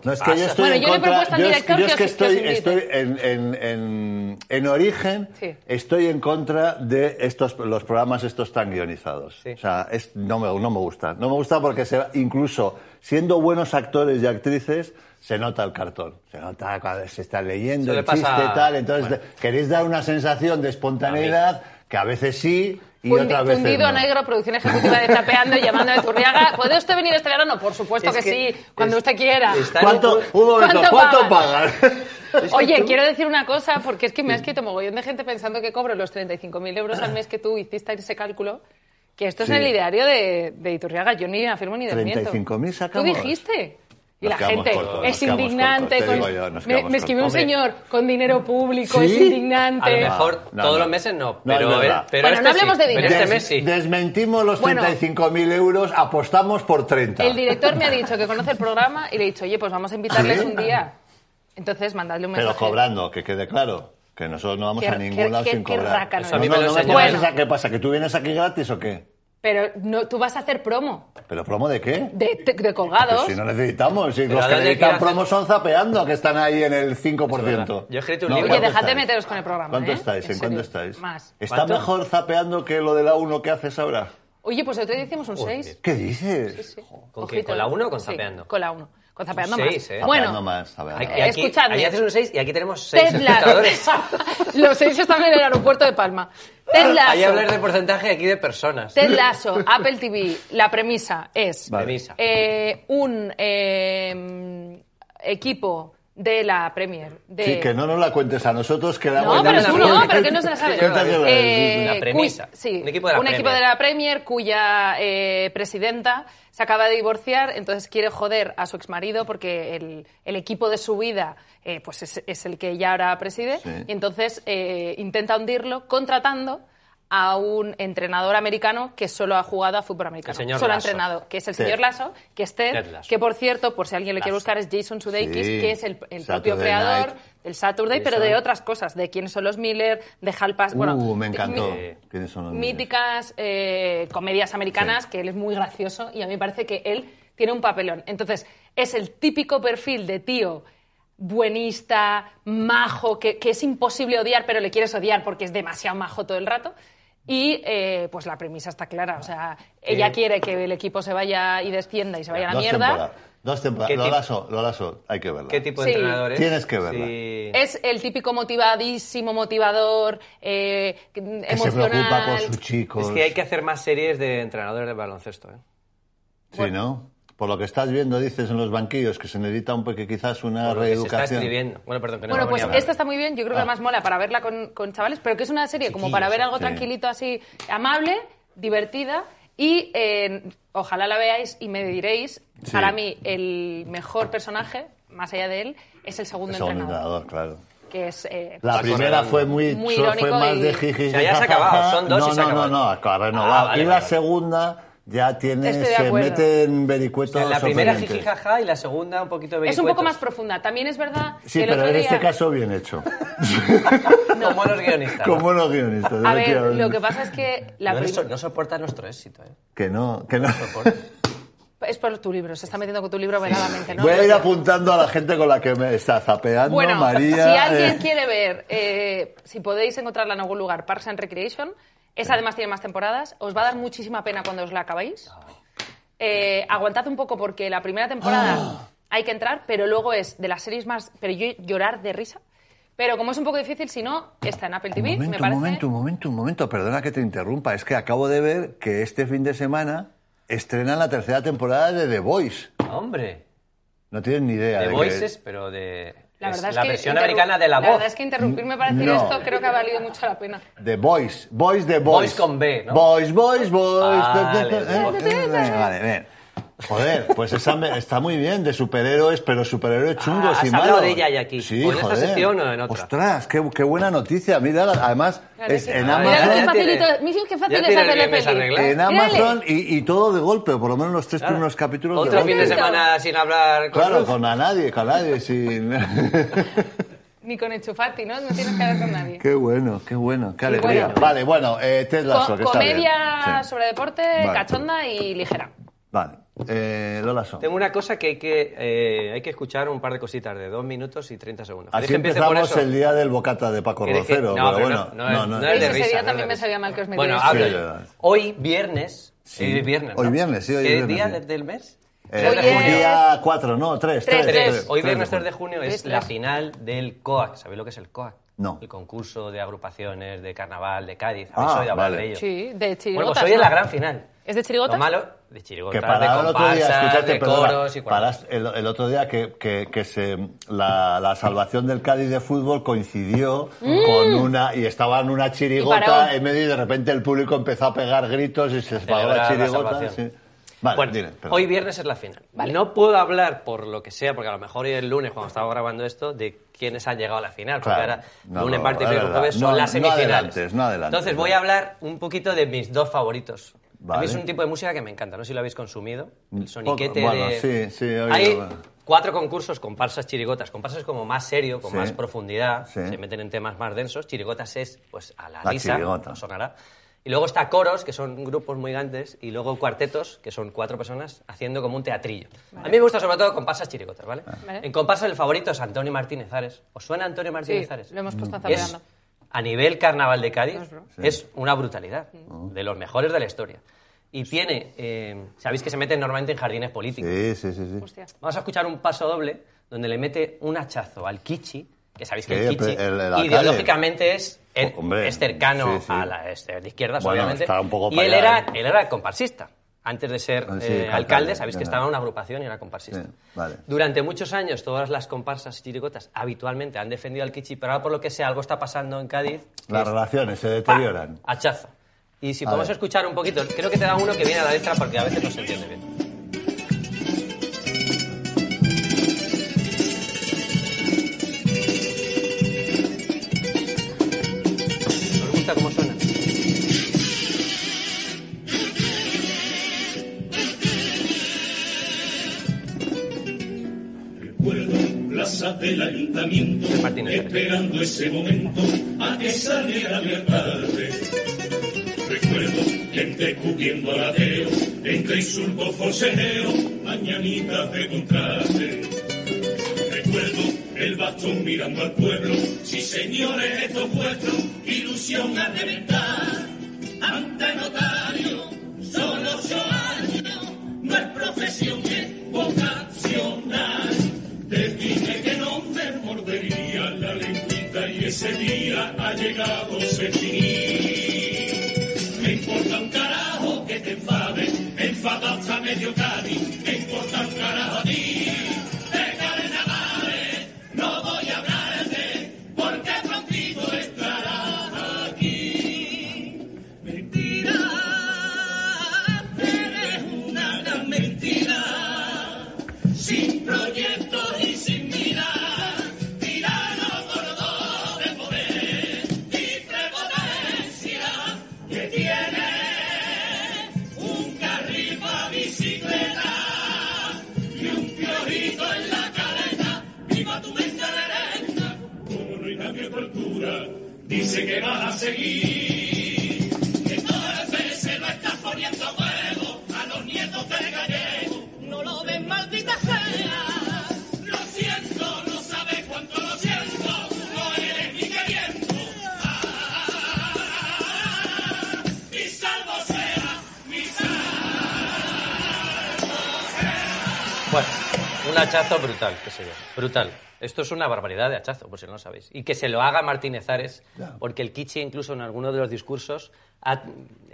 Speaker 3: No, es que yo estoy
Speaker 2: Bueno,
Speaker 3: en
Speaker 2: yo le he
Speaker 3: contra-
Speaker 2: propuesto al
Speaker 3: yo es-
Speaker 2: director
Speaker 3: yo
Speaker 2: que
Speaker 3: es que
Speaker 2: os- que os
Speaker 3: estoy,
Speaker 2: invite.
Speaker 3: estoy en, en- en- en origen,
Speaker 2: Sí.
Speaker 3: estoy en contra de estos los programas estos tan guionizados.
Speaker 4: Sí.
Speaker 3: O sea, es- no, me, no me gusta. No me gusta porque se, incluso siendo buenos actores y actrices, se nota el cartón. Se nota cuando se está leyendo
Speaker 4: Eso
Speaker 3: el
Speaker 4: le pasa-
Speaker 3: chiste tal. Entonces,
Speaker 4: bueno.
Speaker 3: queréis dar una sensación de espontaneidad que a veces sí y
Speaker 2: Fundi-
Speaker 3: otras veces
Speaker 2: fundido
Speaker 3: no.
Speaker 2: negro, producción ejecutiva de Tapeando y llamando de Turriaga. ¿Puede usted venir este verano? Por supuesto
Speaker 4: Es
Speaker 2: que,
Speaker 4: que
Speaker 2: sí, cuando
Speaker 4: es-
Speaker 2: usted quiera.
Speaker 4: está-
Speaker 3: ¿Cuánto, un momento,
Speaker 2: pues, ¿Cuánto
Speaker 3: ¿cuánto
Speaker 2: pagan?
Speaker 3: pagan?
Speaker 2: Oye, quiero decir una cosa, porque es que me ha escrito mogollón de gente pensando que cobro los 35.000 euros al mes que tú hiciste ese cálculo. Que esto
Speaker 3: Sí.
Speaker 2: es en el ideario de, de Iturriaga, yo ni afirmo ni desmiento.
Speaker 3: 35.000
Speaker 2: Tú
Speaker 3: sacamos.
Speaker 2: dijiste. Y
Speaker 3: Nos
Speaker 2: la
Speaker 3: quedamos
Speaker 2: gente
Speaker 3: cortos, nos
Speaker 2: es
Speaker 3: quedamos
Speaker 2: indignante.
Speaker 3: cortos, te
Speaker 2: con-
Speaker 3: digo yo, nos
Speaker 2: me,
Speaker 3: quedamos
Speaker 2: me escribió un
Speaker 3: cortos.
Speaker 2: señor con dinero público, es
Speaker 3: ¿Sí?
Speaker 4: A lo
Speaker 2: indignante.
Speaker 4: mejor
Speaker 3: No,
Speaker 4: todos
Speaker 3: no.
Speaker 4: los meses no,
Speaker 3: No, es
Speaker 4: pero,
Speaker 3: verdad.
Speaker 4: pero
Speaker 2: Bueno,
Speaker 4: este
Speaker 2: no hablemos
Speaker 4: sí,
Speaker 2: de
Speaker 4: pero
Speaker 2: dinero.
Speaker 4: este
Speaker 3: Des-
Speaker 4: mes sí.
Speaker 3: Desmentimos los
Speaker 2: Bueno.
Speaker 3: 35.000 euros, apostamos por 30.
Speaker 2: El director me ha dicho que conoce el programa y le he dicho, oye, pues vamos a invitarles
Speaker 3: ¿Sí?
Speaker 2: un día. Entonces, mandadle un mensaje.
Speaker 3: Pero cobrando, que quede claro. Que nosotros no vamos
Speaker 2: Qué-
Speaker 3: a
Speaker 2: qué-
Speaker 3: ningún lado
Speaker 2: qué-
Speaker 3: sin
Speaker 2: qué
Speaker 3: cobrar.
Speaker 2: rácano
Speaker 4: Eso a mí me lo
Speaker 3: no
Speaker 4: enseñaron.
Speaker 3: pongas esa- ¿Qué pasa? ¿Que tú vienes aquí gratis o qué?
Speaker 2: Pero no, tú vas a hacer promo
Speaker 3: ¿Pero promo de qué?
Speaker 2: de, de- de
Speaker 3: Pues
Speaker 2: colgados.
Speaker 3: si no necesitamos, si
Speaker 4: Pero
Speaker 3: los que
Speaker 4: dale
Speaker 3: necesitan
Speaker 4: que hace-
Speaker 3: promo son zapeando, que están ahí en el 5%.
Speaker 4: Yo he escrito un
Speaker 3: No,
Speaker 4: libro.
Speaker 2: Oye,
Speaker 3: ¿cuánto
Speaker 2: dejad de
Speaker 3: estáis?
Speaker 2: meteros con el programa.
Speaker 3: ¿Cuánto
Speaker 2: ¿eh?
Speaker 3: estáis? ¿En
Speaker 2: serio.
Speaker 3: cuánto estáis?
Speaker 2: Más.
Speaker 3: ¿Está
Speaker 4: ¿Cuánto?
Speaker 3: mejor zapeando que lo de la 1 que haces ahora?
Speaker 2: Oye, pues el otro día hicimos un 6.
Speaker 3: ¿Qué dices?
Speaker 4: ¿Con qué? ¿Con la 1 o con zapeando?
Speaker 2: Sí, con la 1. Con zapeando
Speaker 4: Un
Speaker 2: más.
Speaker 4: seis, ¿eh?
Speaker 2: Bueno,
Speaker 3: Zapeando más, zapeando.
Speaker 4: Aquí, aquí,
Speaker 2: Escuchadme.
Speaker 4: ahí haces un 6 y aquí tenemos 6
Speaker 2: Ted
Speaker 4: espectadores.
Speaker 2: Lasso. Los seis están en el aeropuerto de Palma. Ted Lasso.
Speaker 4: Ahí hablar de porcentaje aquí de personas.
Speaker 2: Ted Lasso, Apple TV, la premisa es
Speaker 3: Vale.
Speaker 4: Premisa.
Speaker 2: eh, un eh, equipo de la Premier. De,
Speaker 3: Sí, que no nos la cuentes a nosotros, que la
Speaker 2: No,
Speaker 3: voy a-
Speaker 2: pero
Speaker 4: la
Speaker 2: tú no,
Speaker 4: Premier.
Speaker 2: pero que no se la sabe.
Speaker 4: Sí, claro,
Speaker 3: Cuéntasela,
Speaker 2: Eh,
Speaker 4: La premisa.
Speaker 2: cuy- sí,
Speaker 4: Un equipo de la Premier.
Speaker 2: Premier cuya eh, presidenta se acaba de divorciar, entonces quiere joder a su exmarido porque el, el equipo de su vida eh, pues es, es el que ella ahora preside.
Speaker 3: Sí.
Speaker 2: Y entonces eh, intenta hundirlo contratando a un entrenador americano que solo ha jugado a fútbol americano.
Speaker 4: El señor
Speaker 2: solo
Speaker 4: Lasso.
Speaker 2: ha entrenado, que es el
Speaker 3: Sí.
Speaker 2: señor Lasso, que es Ted,
Speaker 4: Ted Lasso.
Speaker 2: que por cierto, por si alguien le quiere
Speaker 4: Lasso.
Speaker 2: buscar, es Jason Sudeikis,
Speaker 3: Sí.
Speaker 2: que es el, el
Speaker 3: Saturday
Speaker 2: propio creador
Speaker 3: Night.
Speaker 2: del Saturday,
Speaker 4: Sí,
Speaker 2: pero
Speaker 4: sí.
Speaker 2: de otras cosas, de quiénes son los Miller, de Hal Pass- bueno,
Speaker 3: Uh, me encantó.
Speaker 4: mi-
Speaker 3: ¿Quiénes son los
Speaker 2: míticas eh, comedias americanas,
Speaker 3: Sí.
Speaker 2: que él es muy gracioso y a mí me parece que él tiene un papelón. Entonces, es el típico perfil de tío buenista, majo, que, que es imposible odiar, pero le quieres odiar porque es demasiado majo todo el rato. Y eh, pues la premisa está clara, o sea, ella quiere que el equipo se vaya y descienda y se vaya a la
Speaker 3: Eh, Dos
Speaker 2: mierda.
Speaker 3: temporadas. Dos temporadas.
Speaker 4: ¿Qué
Speaker 3: Lo
Speaker 4: tipo-
Speaker 3: lazo, lo lazo. Hay que verla.
Speaker 4: ¿Qué tipo de
Speaker 2: Sí. Eh,
Speaker 4: entrenadores?
Speaker 3: Tienes que verla.
Speaker 2: Es el típico motivadísimo, motivador, eh, que-
Speaker 3: que se
Speaker 2: emocional.
Speaker 3: preocupa por sus chicos.
Speaker 4: Es que hay que hacer más series de entrenadores de baloncesto. ¿eh?
Speaker 3: Sí, ¿no? Por lo que estás viendo, dices en los banquillos que se necesita un poco quizás una
Speaker 4: Por lo que se está
Speaker 3: reeducación.
Speaker 4: escribiendo. Bueno, perdón, que no
Speaker 2: Bueno,
Speaker 4: me
Speaker 2: pues
Speaker 4: ponía a hablar.
Speaker 2: esta está muy bien, yo creo que además mola para verla con, con chavales, pero que es una serie como para ver algo
Speaker 3: Ah. sí.
Speaker 2: tranquilito, así amable, divertida y eh, ojalá la veáis y me diréis,
Speaker 3: Sí.
Speaker 2: para mí el mejor personaje, más allá de él, es el segundo
Speaker 3: Es un
Speaker 2: entrenador,
Speaker 3: entrenador, claro.
Speaker 2: que es... eh,
Speaker 3: La
Speaker 4: Paco
Speaker 3: primera
Speaker 4: Redondo.
Speaker 3: fue muy,
Speaker 2: Muy
Speaker 3: fue- fue
Speaker 2: irónico
Speaker 3: más
Speaker 2: y-
Speaker 3: de jiji.
Speaker 4: O sea, ya se ha
Speaker 3: jajaja.
Speaker 4: acabado, son dos
Speaker 3: no,
Speaker 4: y se ha
Speaker 3: no, no,
Speaker 4: acabado.
Speaker 3: no, ha renovado.
Speaker 4: Ah, vale,
Speaker 3: y la
Speaker 4: vale.
Speaker 3: segunda ya tiene,
Speaker 2: Estoy de
Speaker 3: se
Speaker 2: acuerdo.
Speaker 3: mete en
Speaker 4: O
Speaker 3: vericuetos
Speaker 4: sea, la primera
Speaker 3: sorprendentes.
Speaker 4: jijijaja y la segunda un poquito de
Speaker 2: es un poco más
Speaker 4: vericuetos.
Speaker 2: profunda, también es verdad
Speaker 3: Sí,
Speaker 2: que el
Speaker 3: pero
Speaker 2: otro
Speaker 3: en este
Speaker 2: día-
Speaker 3: caso bien hecho.
Speaker 4: Con buenos guionistas.
Speaker 3: Con buenos guionistas.
Speaker 2: A ver,
Speaker 3: efectivamente.
Speaker 2: lo que pasa es que la
Speaker 4: no,
Speaker 2: prim-
Speaker 4: so- no soporta nuestro éxito. ¿eh?
Speaker 3: Que no, que no.
Speaker 2: es por tu libro, se está metiendo con tu libro veladamente, ¿no?
Speaker 3: Voy a ir apuntando a la gente con la que me está zapeando,
Speaker 2: Bueno,
Speaker 3: María.
Speaker 2: si alguien
Speaker 3: eh,
Speaker 2: quiere ver, eh, si podéis encontrarla en algún lugar, Parks and Recreation, esa además tiene más temporadas, os va a dar muchísima pena cuando os la acabáis. Eh, aguantad un poco porque la primera temporada
Speaker 3: Ah.
Speaker 2: hay que entrar, pero luego es de las series más, pero yo llorar de risa. Pero como es un poco difícil, si no, está en Apple
Speaker 3: Un
Speaker 2: TV, me
Speaker 3: momento, un
Speaker 2: parece.
Speaker 3: momento, un momento, un momento. Perdona que te interrumpa. Es que acabo de ver que este fin de semana estrenan la tercera temporada de The Voice.
Speaker 4: Hombre,
Speaker 3: No tienes ni idea.
Speaker 4: de
Speaker 3: de qué
Speaker 4: voices, pero de.
Speaker 2: La
Speaker 4: es
Speaker 2: verdad es
Speaker 4: la
Speaker 2: que
Speaker 4: versión
Speaker 2: interru-
Speaker 4: americana de la, voz.
Speaker 2: verdad es que interrumpirme para decir
Speaker 3: No.
Speaker 2: esto creo que ha valido mucho la pena.
Speaker 3: The Voice. Voice, The Voice.
Speaker 4: Voice con B, ¿no? Ah,
Speaker 3: Voice, Voice, Voice.
Speaker 4: Vale,
Speaker 3: Eh, eh, Vale, bien. Joder, pues esa me- está muy bien, de superhéroes, pero superhéroes chungos
Speaker 4: Ah, has
Speaker 3: y malos.
Speaker 4: hablado de ella ya aquí,
Speaker 3: Sí,
Speaker 4: o en esta
Speaker 3: joder.
Speaker 4: sección o en otra.
Speaker 3: Ostras, qué, qué buena noticia. Mira, además, es en
Speaker 4: Mira,
Speaker 3: Amazon...
Speaker 4: ya
Speaker 2: Mira qué
Speaker 4: tiene-
Speaker 2: facilito, mira qué fácil
Speaker 4: ya
Speaker 2: es
Speaker 4: tiene
Speaker 2: hacerle
Speaker 4: el mes
Speaker 2: peli.
Speaker 4: arreglado.
Speaker 3: En
Speaker 2: Mírale.
Speaker 3: Amazon y, y todo de golpe, o por lo menos los tres
Speaker 4: Claro.
Speaker 3: primeros capítulos de
Speaker 4: Otro
Speaker 3: golpe.
Speaker 4: fin de
Speaker 2: Momento.
Speaker 4: semana sin hablar con
Speaker 3: Claro,
Speaker 4: Luz.
Speaker 3: con a nadie, con a nadie, sin...
Speaker 2: Ni con Enchufati, ¿no? No tienes que hablar con nadie.
Speaker 3: qué bueno, qué bueno, qué alegría.
Speaker 2: bueno.
Speaker 3: Vale, bueno, eh, Ted Lasso,
Speaker 2: Co-
Speaker 3: que está bien.
Speaker 2: comedia
Speaker 3: Sí.
Speaker 2: sobre deporte,
Speaker 3: Vale.
Speaker 2: cachonda y ligera.
Speaker 3: Vale. eh, Lola Son.
Speaker 4: Tengo una cosa que hay que, eh, hay que escuchar un par de cositas de 2 minutos y 30 segundos. ¿Queréis
Speaker 3: Así
Speaker 4: que empiece por
Speaker 3: empezamos
Speaker 4: eso?
Speaker 3: el día del bocata de Paco
Speaker 4: ¿Queréis que-
Speaker 3: Rocero, pero
Speaker 4: pero
Speaker 3: bueno,
Speaker 4: no, no, no es
Speaker 2: Ese día
Speaker 4: de risa. no es de
Speaker 2: también me
Speaker 4: risa.
Speaker 2: sabía mal que os metierais.
Speaker 4: Bueno, hablo
Speaker 3: Sí,
Speaker 4: yo.
Speaker 3: verdad.
Speaker 4: Hoy viernes.
Speaker 3: Sí.
Speaker 4: Hoy viernes.
Speaker 3: Hoy
Speaker 4: ¿no?
Speaker 3: viernes, sí, hoy
Speaker 4: ¿Qué
Speaker 3: viernes,
Speaker 4: día
Speaker 3: sí.
Speaker 4: de- del mes?
Speaker 3: Eh,
Speaker 2: Hoy
Speaker 4: junio.
Speaker 2: es-
Speaker 3: Día 4, no, 3,
Speaker 2: Tres,
Speaker 3: 3,
Speaker 2: tres.
Speaker 4: Hoy viernes 3 de junio es
Speaker 2: Tres,
Speaker 4: la
Speaker 2: tres.
Speaker 4: final del COAC. ¿Sabéis lo que es el COAC?
Speaker 3: No.
Speaker 4: El concurso de agrupaciones de carnaval de Cádiz. ¿Habéis
Speaker 3: Ah,
Speaker 4: oído hablar
Speaker 3: vale.
Speaker 4: de ello?
Speaker 2: Sí, de
Speaker 4: Bueno,
Speaker 2: chirigotas.
Speaker 4: pues hoy es
Speaker 2: ¿no?
Speaker 4: la gran final.
Speaker 2: ¿Es de chirigotas?
Speaker 4: Lo malo de chirigotas,
Speaker 3: Que paraba
Speaker 4: de
Speaker 3: el otro día,
Speaker 4: comparsas,
Speaker 3: escúchate,
Speaker 4: de
Speaker 3: perdona,
Speaker 4: coros y cuantas.
Speaker 3: paraste el, el otro día que, que- que se, la, la salvación del Cádiz de fútbol coincidió con una, y estaba en una
Speaker 2: Mm. Y paró.
Speaker 3: chirigota en medio y de repente el público empezó a pegar gritos y se apagó la
Speaker 4: celebrar la
Speaker 3: chirigota.
Speaker 4: salvación.
Speaker 3: sí. Vale,
Speaker 4: bueno,
Speaker 3: dile, perdón.
Speaker 4: hoy viernes es la final. No puedo hablar por lo que sea, porque a lo mejor hoy el lunes, cuando estaba grabando esto, de quiénes han llegado a la final. Porque
Speaker 3: Claro.
Speaker 4: ahora,
Speaker 3: No,
Speaker 4: lunes,
Speaker 3: no,
Speaker 4: martes,
Speaker 3: es
Speaker 4: miércoles,
Speaker 3: verdad.
Speaker 4: jueves, son
Speaker 3: No,
Speaker 4: las
Speaker 3: no
Speaker 4: semifinales.
Speaker 3: adelantes, no adelantes.
Speaker 4: Entonces, voy a hablar un poquito de mis dos favoritos. A mí
Speaker 3: Vale. Mm,
Speaker 4: es un tipo de música que me encanta, no sé si lo habéis consumido. El soniquete
Speaker 3: poco, bueno,
Speaker 4: de...
Speaker 3: sí, sí, he oído,
Speaker 4: Hay
Speaker 3: bueno.
Speaker 4: cuatro concursos, comparsas, chirigotas. Comparsas como más serio, con
Speaker 3: Sí.
Speaker 4: más profundidad,
Speaker 3: Sí.
Speaker 4: se meten en temas más densos. Chirigotas es, pues, a la,
Speaker 3: La
Speaker 4: lisa,
Speaker 3: chirigota.
Speaker 4: os sonará. Y luego está coros, que son grupos muy grandes, y luego cuartetos, que son cuatro personas haciendo como un teatrillo. A mí me gusta sobre todo comparsas chirigotas, ¿vale?
Speaker 2: Ah. Vale.
Speaker 4: En comparsas el favorito es Antonio Martínez Ares. ¿Os suena Antonio
Speaker 2: Sí,
Speaker 4: Martínez Ares?
Speaker 2: lo hemos puesto
Speaker 4: Es-
Speaker 2: zapeando.
Speaker 4: a nivel carnaval de Cádiz
Speaker 2: Oslo.
Speaker 4: es una brutalidad, de los mejores de la historia. Y tiene, eh, sabéis que se meten normalmente en jardines políticos.
Speaker 3: Sí, sí, sí. sí.
Speaker 2: Hostia.
Speaker 4: Vamos a escuchar un paso doble donde le mete un hachazo al Kichi, que sabéis que
Speaker 3: Sí,
Speaker 4: el Kichi
Speaker 3: el- el- el alcalde. Oh,
Speaker 4: ideológicamente es, es-
Speaker 3: Hombre,
Speaker 4: es cercano
Speaker 3: sí, sí.
Speaker 4: a la es- de izquierdas,
Speaker 3: Bueno,
Speaker 4: obviamente.
Speaker 3: está un poco
Speaker 4: y
Speaker 3: para
Speaker 4: él
Speaker 3: allá,
Speaker 4: era,
Speaker 3: ¿eh?
Speaker 4: él era comparsista. Antes de ser
Speaker 3: Ah, sí,
Speaker 4: eh,
Speaker 3: alcalde,
Speaker 4: alcalde, sabéis que
Speaker 3: ya.
Speaker 4: estaba en una agrupación y era comparsista.
Speaker 3: Sí, vale.
Speaker 4: Durante muchos años, todas las comparsas y chirigotas habitualmente han defendido al Kichi, pero ahora por lo que sea, algo está pasando en Cádiz. que
Speaker 3: Las
Speaker 4: es-
Speaker 3: relaciones se deterioran.
Speaker 4: Hachazo. Y si podemos
Speaker 3: ver.
Speaker 4: escuchar un poquito, creo que te da uno que viene a la letra porque a veces no se entiende bien. ¿Os gusta cómo suena?
Speaker 1: Recuerdo en plaza del ayuntamiento,
Speaker 4: De Martínez Pérez.
Speaker 1: esperando ese momento a que saliera mi tarde. Recuerdo gente cubriendo aladeos, entre insultos forcejeos, mañanitas de contraste. Recuerdo el bastón mirando al pueblo, sí señores, esto es vuestro, ilusión a reventar. Ante notario, solo yo año, no es profesión, es vocacional. Te dije que no me mordería la lengüita y ese día ha llegado ese fin. Me importa un carajo que te enfades, enfada hasta medio Cádiz, me importa un carajo a ti. De carnavales no voy a hablarte, porque contigo estarás aquí. Mentira, eres una gran mentira, sin proyecto y sin vida. Tirano gordo de poder y prepotencia que tiene un carril para bicicleta y un piorito en la caleta. ¡Viva tu mente derecha! Como no hay nadie a tu altura, dice que vas a seguir. Que todas veces lo estás poniendo a huevo a los nietos de gallego. No lo ven maldita sea. Lo siento, no sabes cuánto lo siento. No eres ni queriendo. Ah, mi salvo sea, mi salvo.
Speaker 4: Bueno, un hachazo brutal, que se yo. Brutal. Esto es una barbaridad de hachazo, por si no lo sabéis. Y que se lo haga Martínez Ares, porque el Kichi incluso en alguno de los discursos ha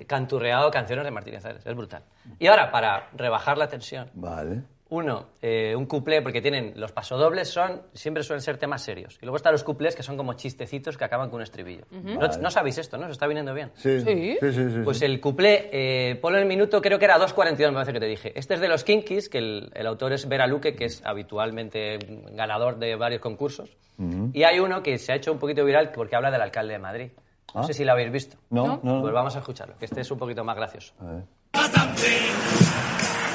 Speaker 4: canturreado canciones de Martínez Ares. Es brutal. Y ahora, para rebajar la tensión,
Speaker 3: Vale.
Speaker 4: uno, eh, un cuplé, porque tienen los pasodobles, son, siempre suelen ser temas serios. Y luego están los cuplés, que son como chistecitos que acaban con un estribillo. no, no sabéis esto, ¿no? ¿Os está viniendo bien?
Speaker 3: Sí,
Speaker 2: Sí.
Speaker 3: sí, sí. sí, sí.
Speaker 4: Pues el cuplé, eh, ponlo en el minuto, creo que era 2.42, me parece que te dije. Este es de los Kinkies, que el, el autor es Vera Luque, que es habitualmente un ganador de varios concursos. Y hay uno que se ha hecho un poquito viral porque habla del alcalde de Madrid. No
Speaker 3: Ah.
Speaker 4: sé si lo habéis visto.
Speaker 3: No, no, no.
Speaker 4: Pues vamos a escucharlo, que este es un poquito más gracioso.
Speaker 1: Bastante.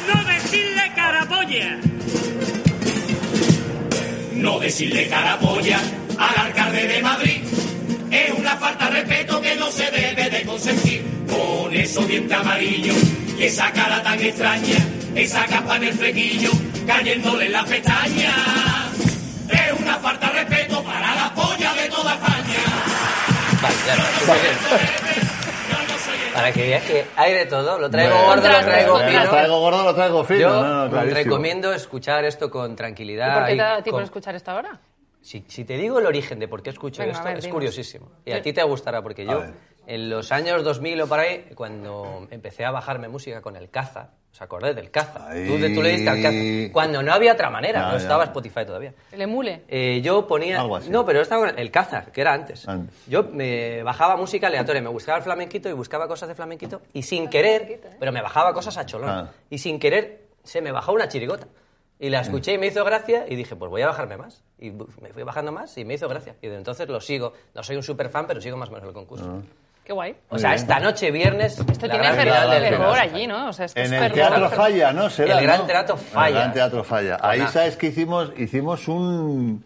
Speaker 5: No decirle carapolla.
Speaker 1: No decirle carapolla al alcalde de Madrid es una falta de respeto que no se debe de consentir. Con esos dientes amarillos y esa cara tan extraña, esa capa en el flequillo cayéndole en las pestañas. Es una falta de respeto para la polla de toda España.
Speaker 4: Vale, ya está. Para que veas que hay de todo. Lo traigo
Speaker 3: Bueno,
Speaker 4: gordo, lo
Speaker 2: Contrastes,
Speaker 4: traigo
Speaker 3: bueno,
Speaker 4: fino.
Speaker 3: Lo traigo gordo, lo traigo fino.
Speaker 4: Yo
Speaker 3: no, no, clarísimo.
Speaker 4: recomiendo escuchar esto con
Speaker 2: ¿Y
Speaker 4: tranquilidad.
Speaker 2: por qué te ha dado
Speaker 4: y
Speaker 2: tiempo
Speaker 4: con-
Speaker 2: de escuchar esta hora?
Speaker 4: si, si te digo el origen de por qué escucho
Speaker 2: Venga,
Speaker 4: esto,
Speaker 2: a ver,
Speaker 4: es
Speaker 2: dinos.
Speaker 4: curiosísimo. Y a ti te gustará, porque yo,
Speaker 3: ver.
Speaker 4: en los años 2000 o por ahí, cuando empecé a bajarme música con el caza, ¿os acordáis del caza?
Speaker 3: Ahí.
Speaker 4: Tú, tú le diste al caza. Cuando no había otra manera,
Speaker 3: Ya,
Speaker 4: no
Speaker 3: ya.
Speaker 4: estaba Spotify todavía.
Speaker 2: El emule.
Speaker 4: Eh, yo ponía.
Speaker 3: Algo así.
Speaker 4: No, pero estaba con el Cázar, que era antes.
Speaker 3: Antes.
Speaker 4: Yo me bajaba música aleatoria, me buscaba el flamenquito y buscaba cosas de flamenquito y sin querer, pero me bajaba cosas a cholón.
Speaker 3: Ah.
Speaker 4: Y sin querer se me bajó una chirigota. Y la escuché y me hizo gracia y dije, pues voy a bajarme más. Y bu- me fui bajando más y me hizo gracia. Y desde entonces lo sigo. No soy un super fan, pero sigo más o menos el concurso.
Speaker 3: Ah.
Speaker 2: Qué guay.
Speaker 4: O sea, esta noche, viernes.
Speaker 2: Esto
Speaker 4: la
Speaker 2: tiene
Speaker 4: gran
Speaker 2: fer-
Speaker 4: final del
Speaker 2: fervor
Speaker 4: concurso.
Speaker 2: allí, ¿no? O sea, esto es Ah,
Speaker 3: En el
Speaker 2: fervor.
Speaker 3: Teatro Falla, ¿no? Será,
Speaker 4: El Gran
Speaker 3: ¿no?
Speaker 4: Teatro Falla.
Speaker 3: El Gran Teatro Falla. Ahí,
Speaker 4: Hola.
Speaker 3: ¿sabes que hicimos? Hicimos un...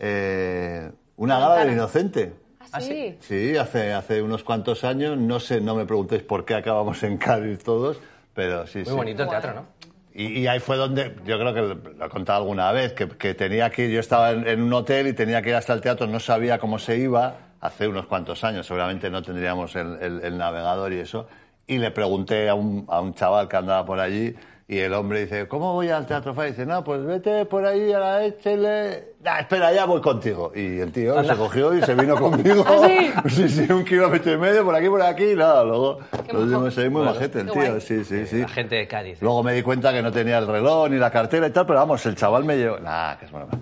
Speaker 3: eh, una gala del inocente.
Speaker 2: Ah, sí.
Speaker 3: Sí, hace, hace unos cuantos años. No sé, no me preguntéis por qué acabamos en Cádiz todos, pero sí, sí.
Speaker 4: Muy bonito el teatro, ¿no?
Speaker 3: Y, y ahí fue donde, yo creo que lo he contado alguna vez, que, que tenía que ir, yo estaba en, en un hotel y tenía que ir hasta el teatro, no sabía cómo se iba, hace unos cuantos años, seguramente no tendríamos el, el- el navegador y eso, y le pregunté a un, a un chaval que andaba por allí, y el hombre dice, ¿cómo voy al teatro? Falla?". Y dice, no, pues vete por ahí a la échele... "Nah, espera, ya voy contigo. Y el tío se cogió y se vino conmigo. sí? sí, un kilómetro y medio, por aquí, por aquí, y nada, luego lo dimos ahí muy majete el
Speaker 2: Qué guay.
Speaker 3: tío, sí, sí, sí.
Speaker 4: La gente de Cádiz.
Speaker 3: Luego me di cuenta que no tenía el reloj ni la cartera y tal, pero vamos, el chaval me llevó. Nah, que es broma.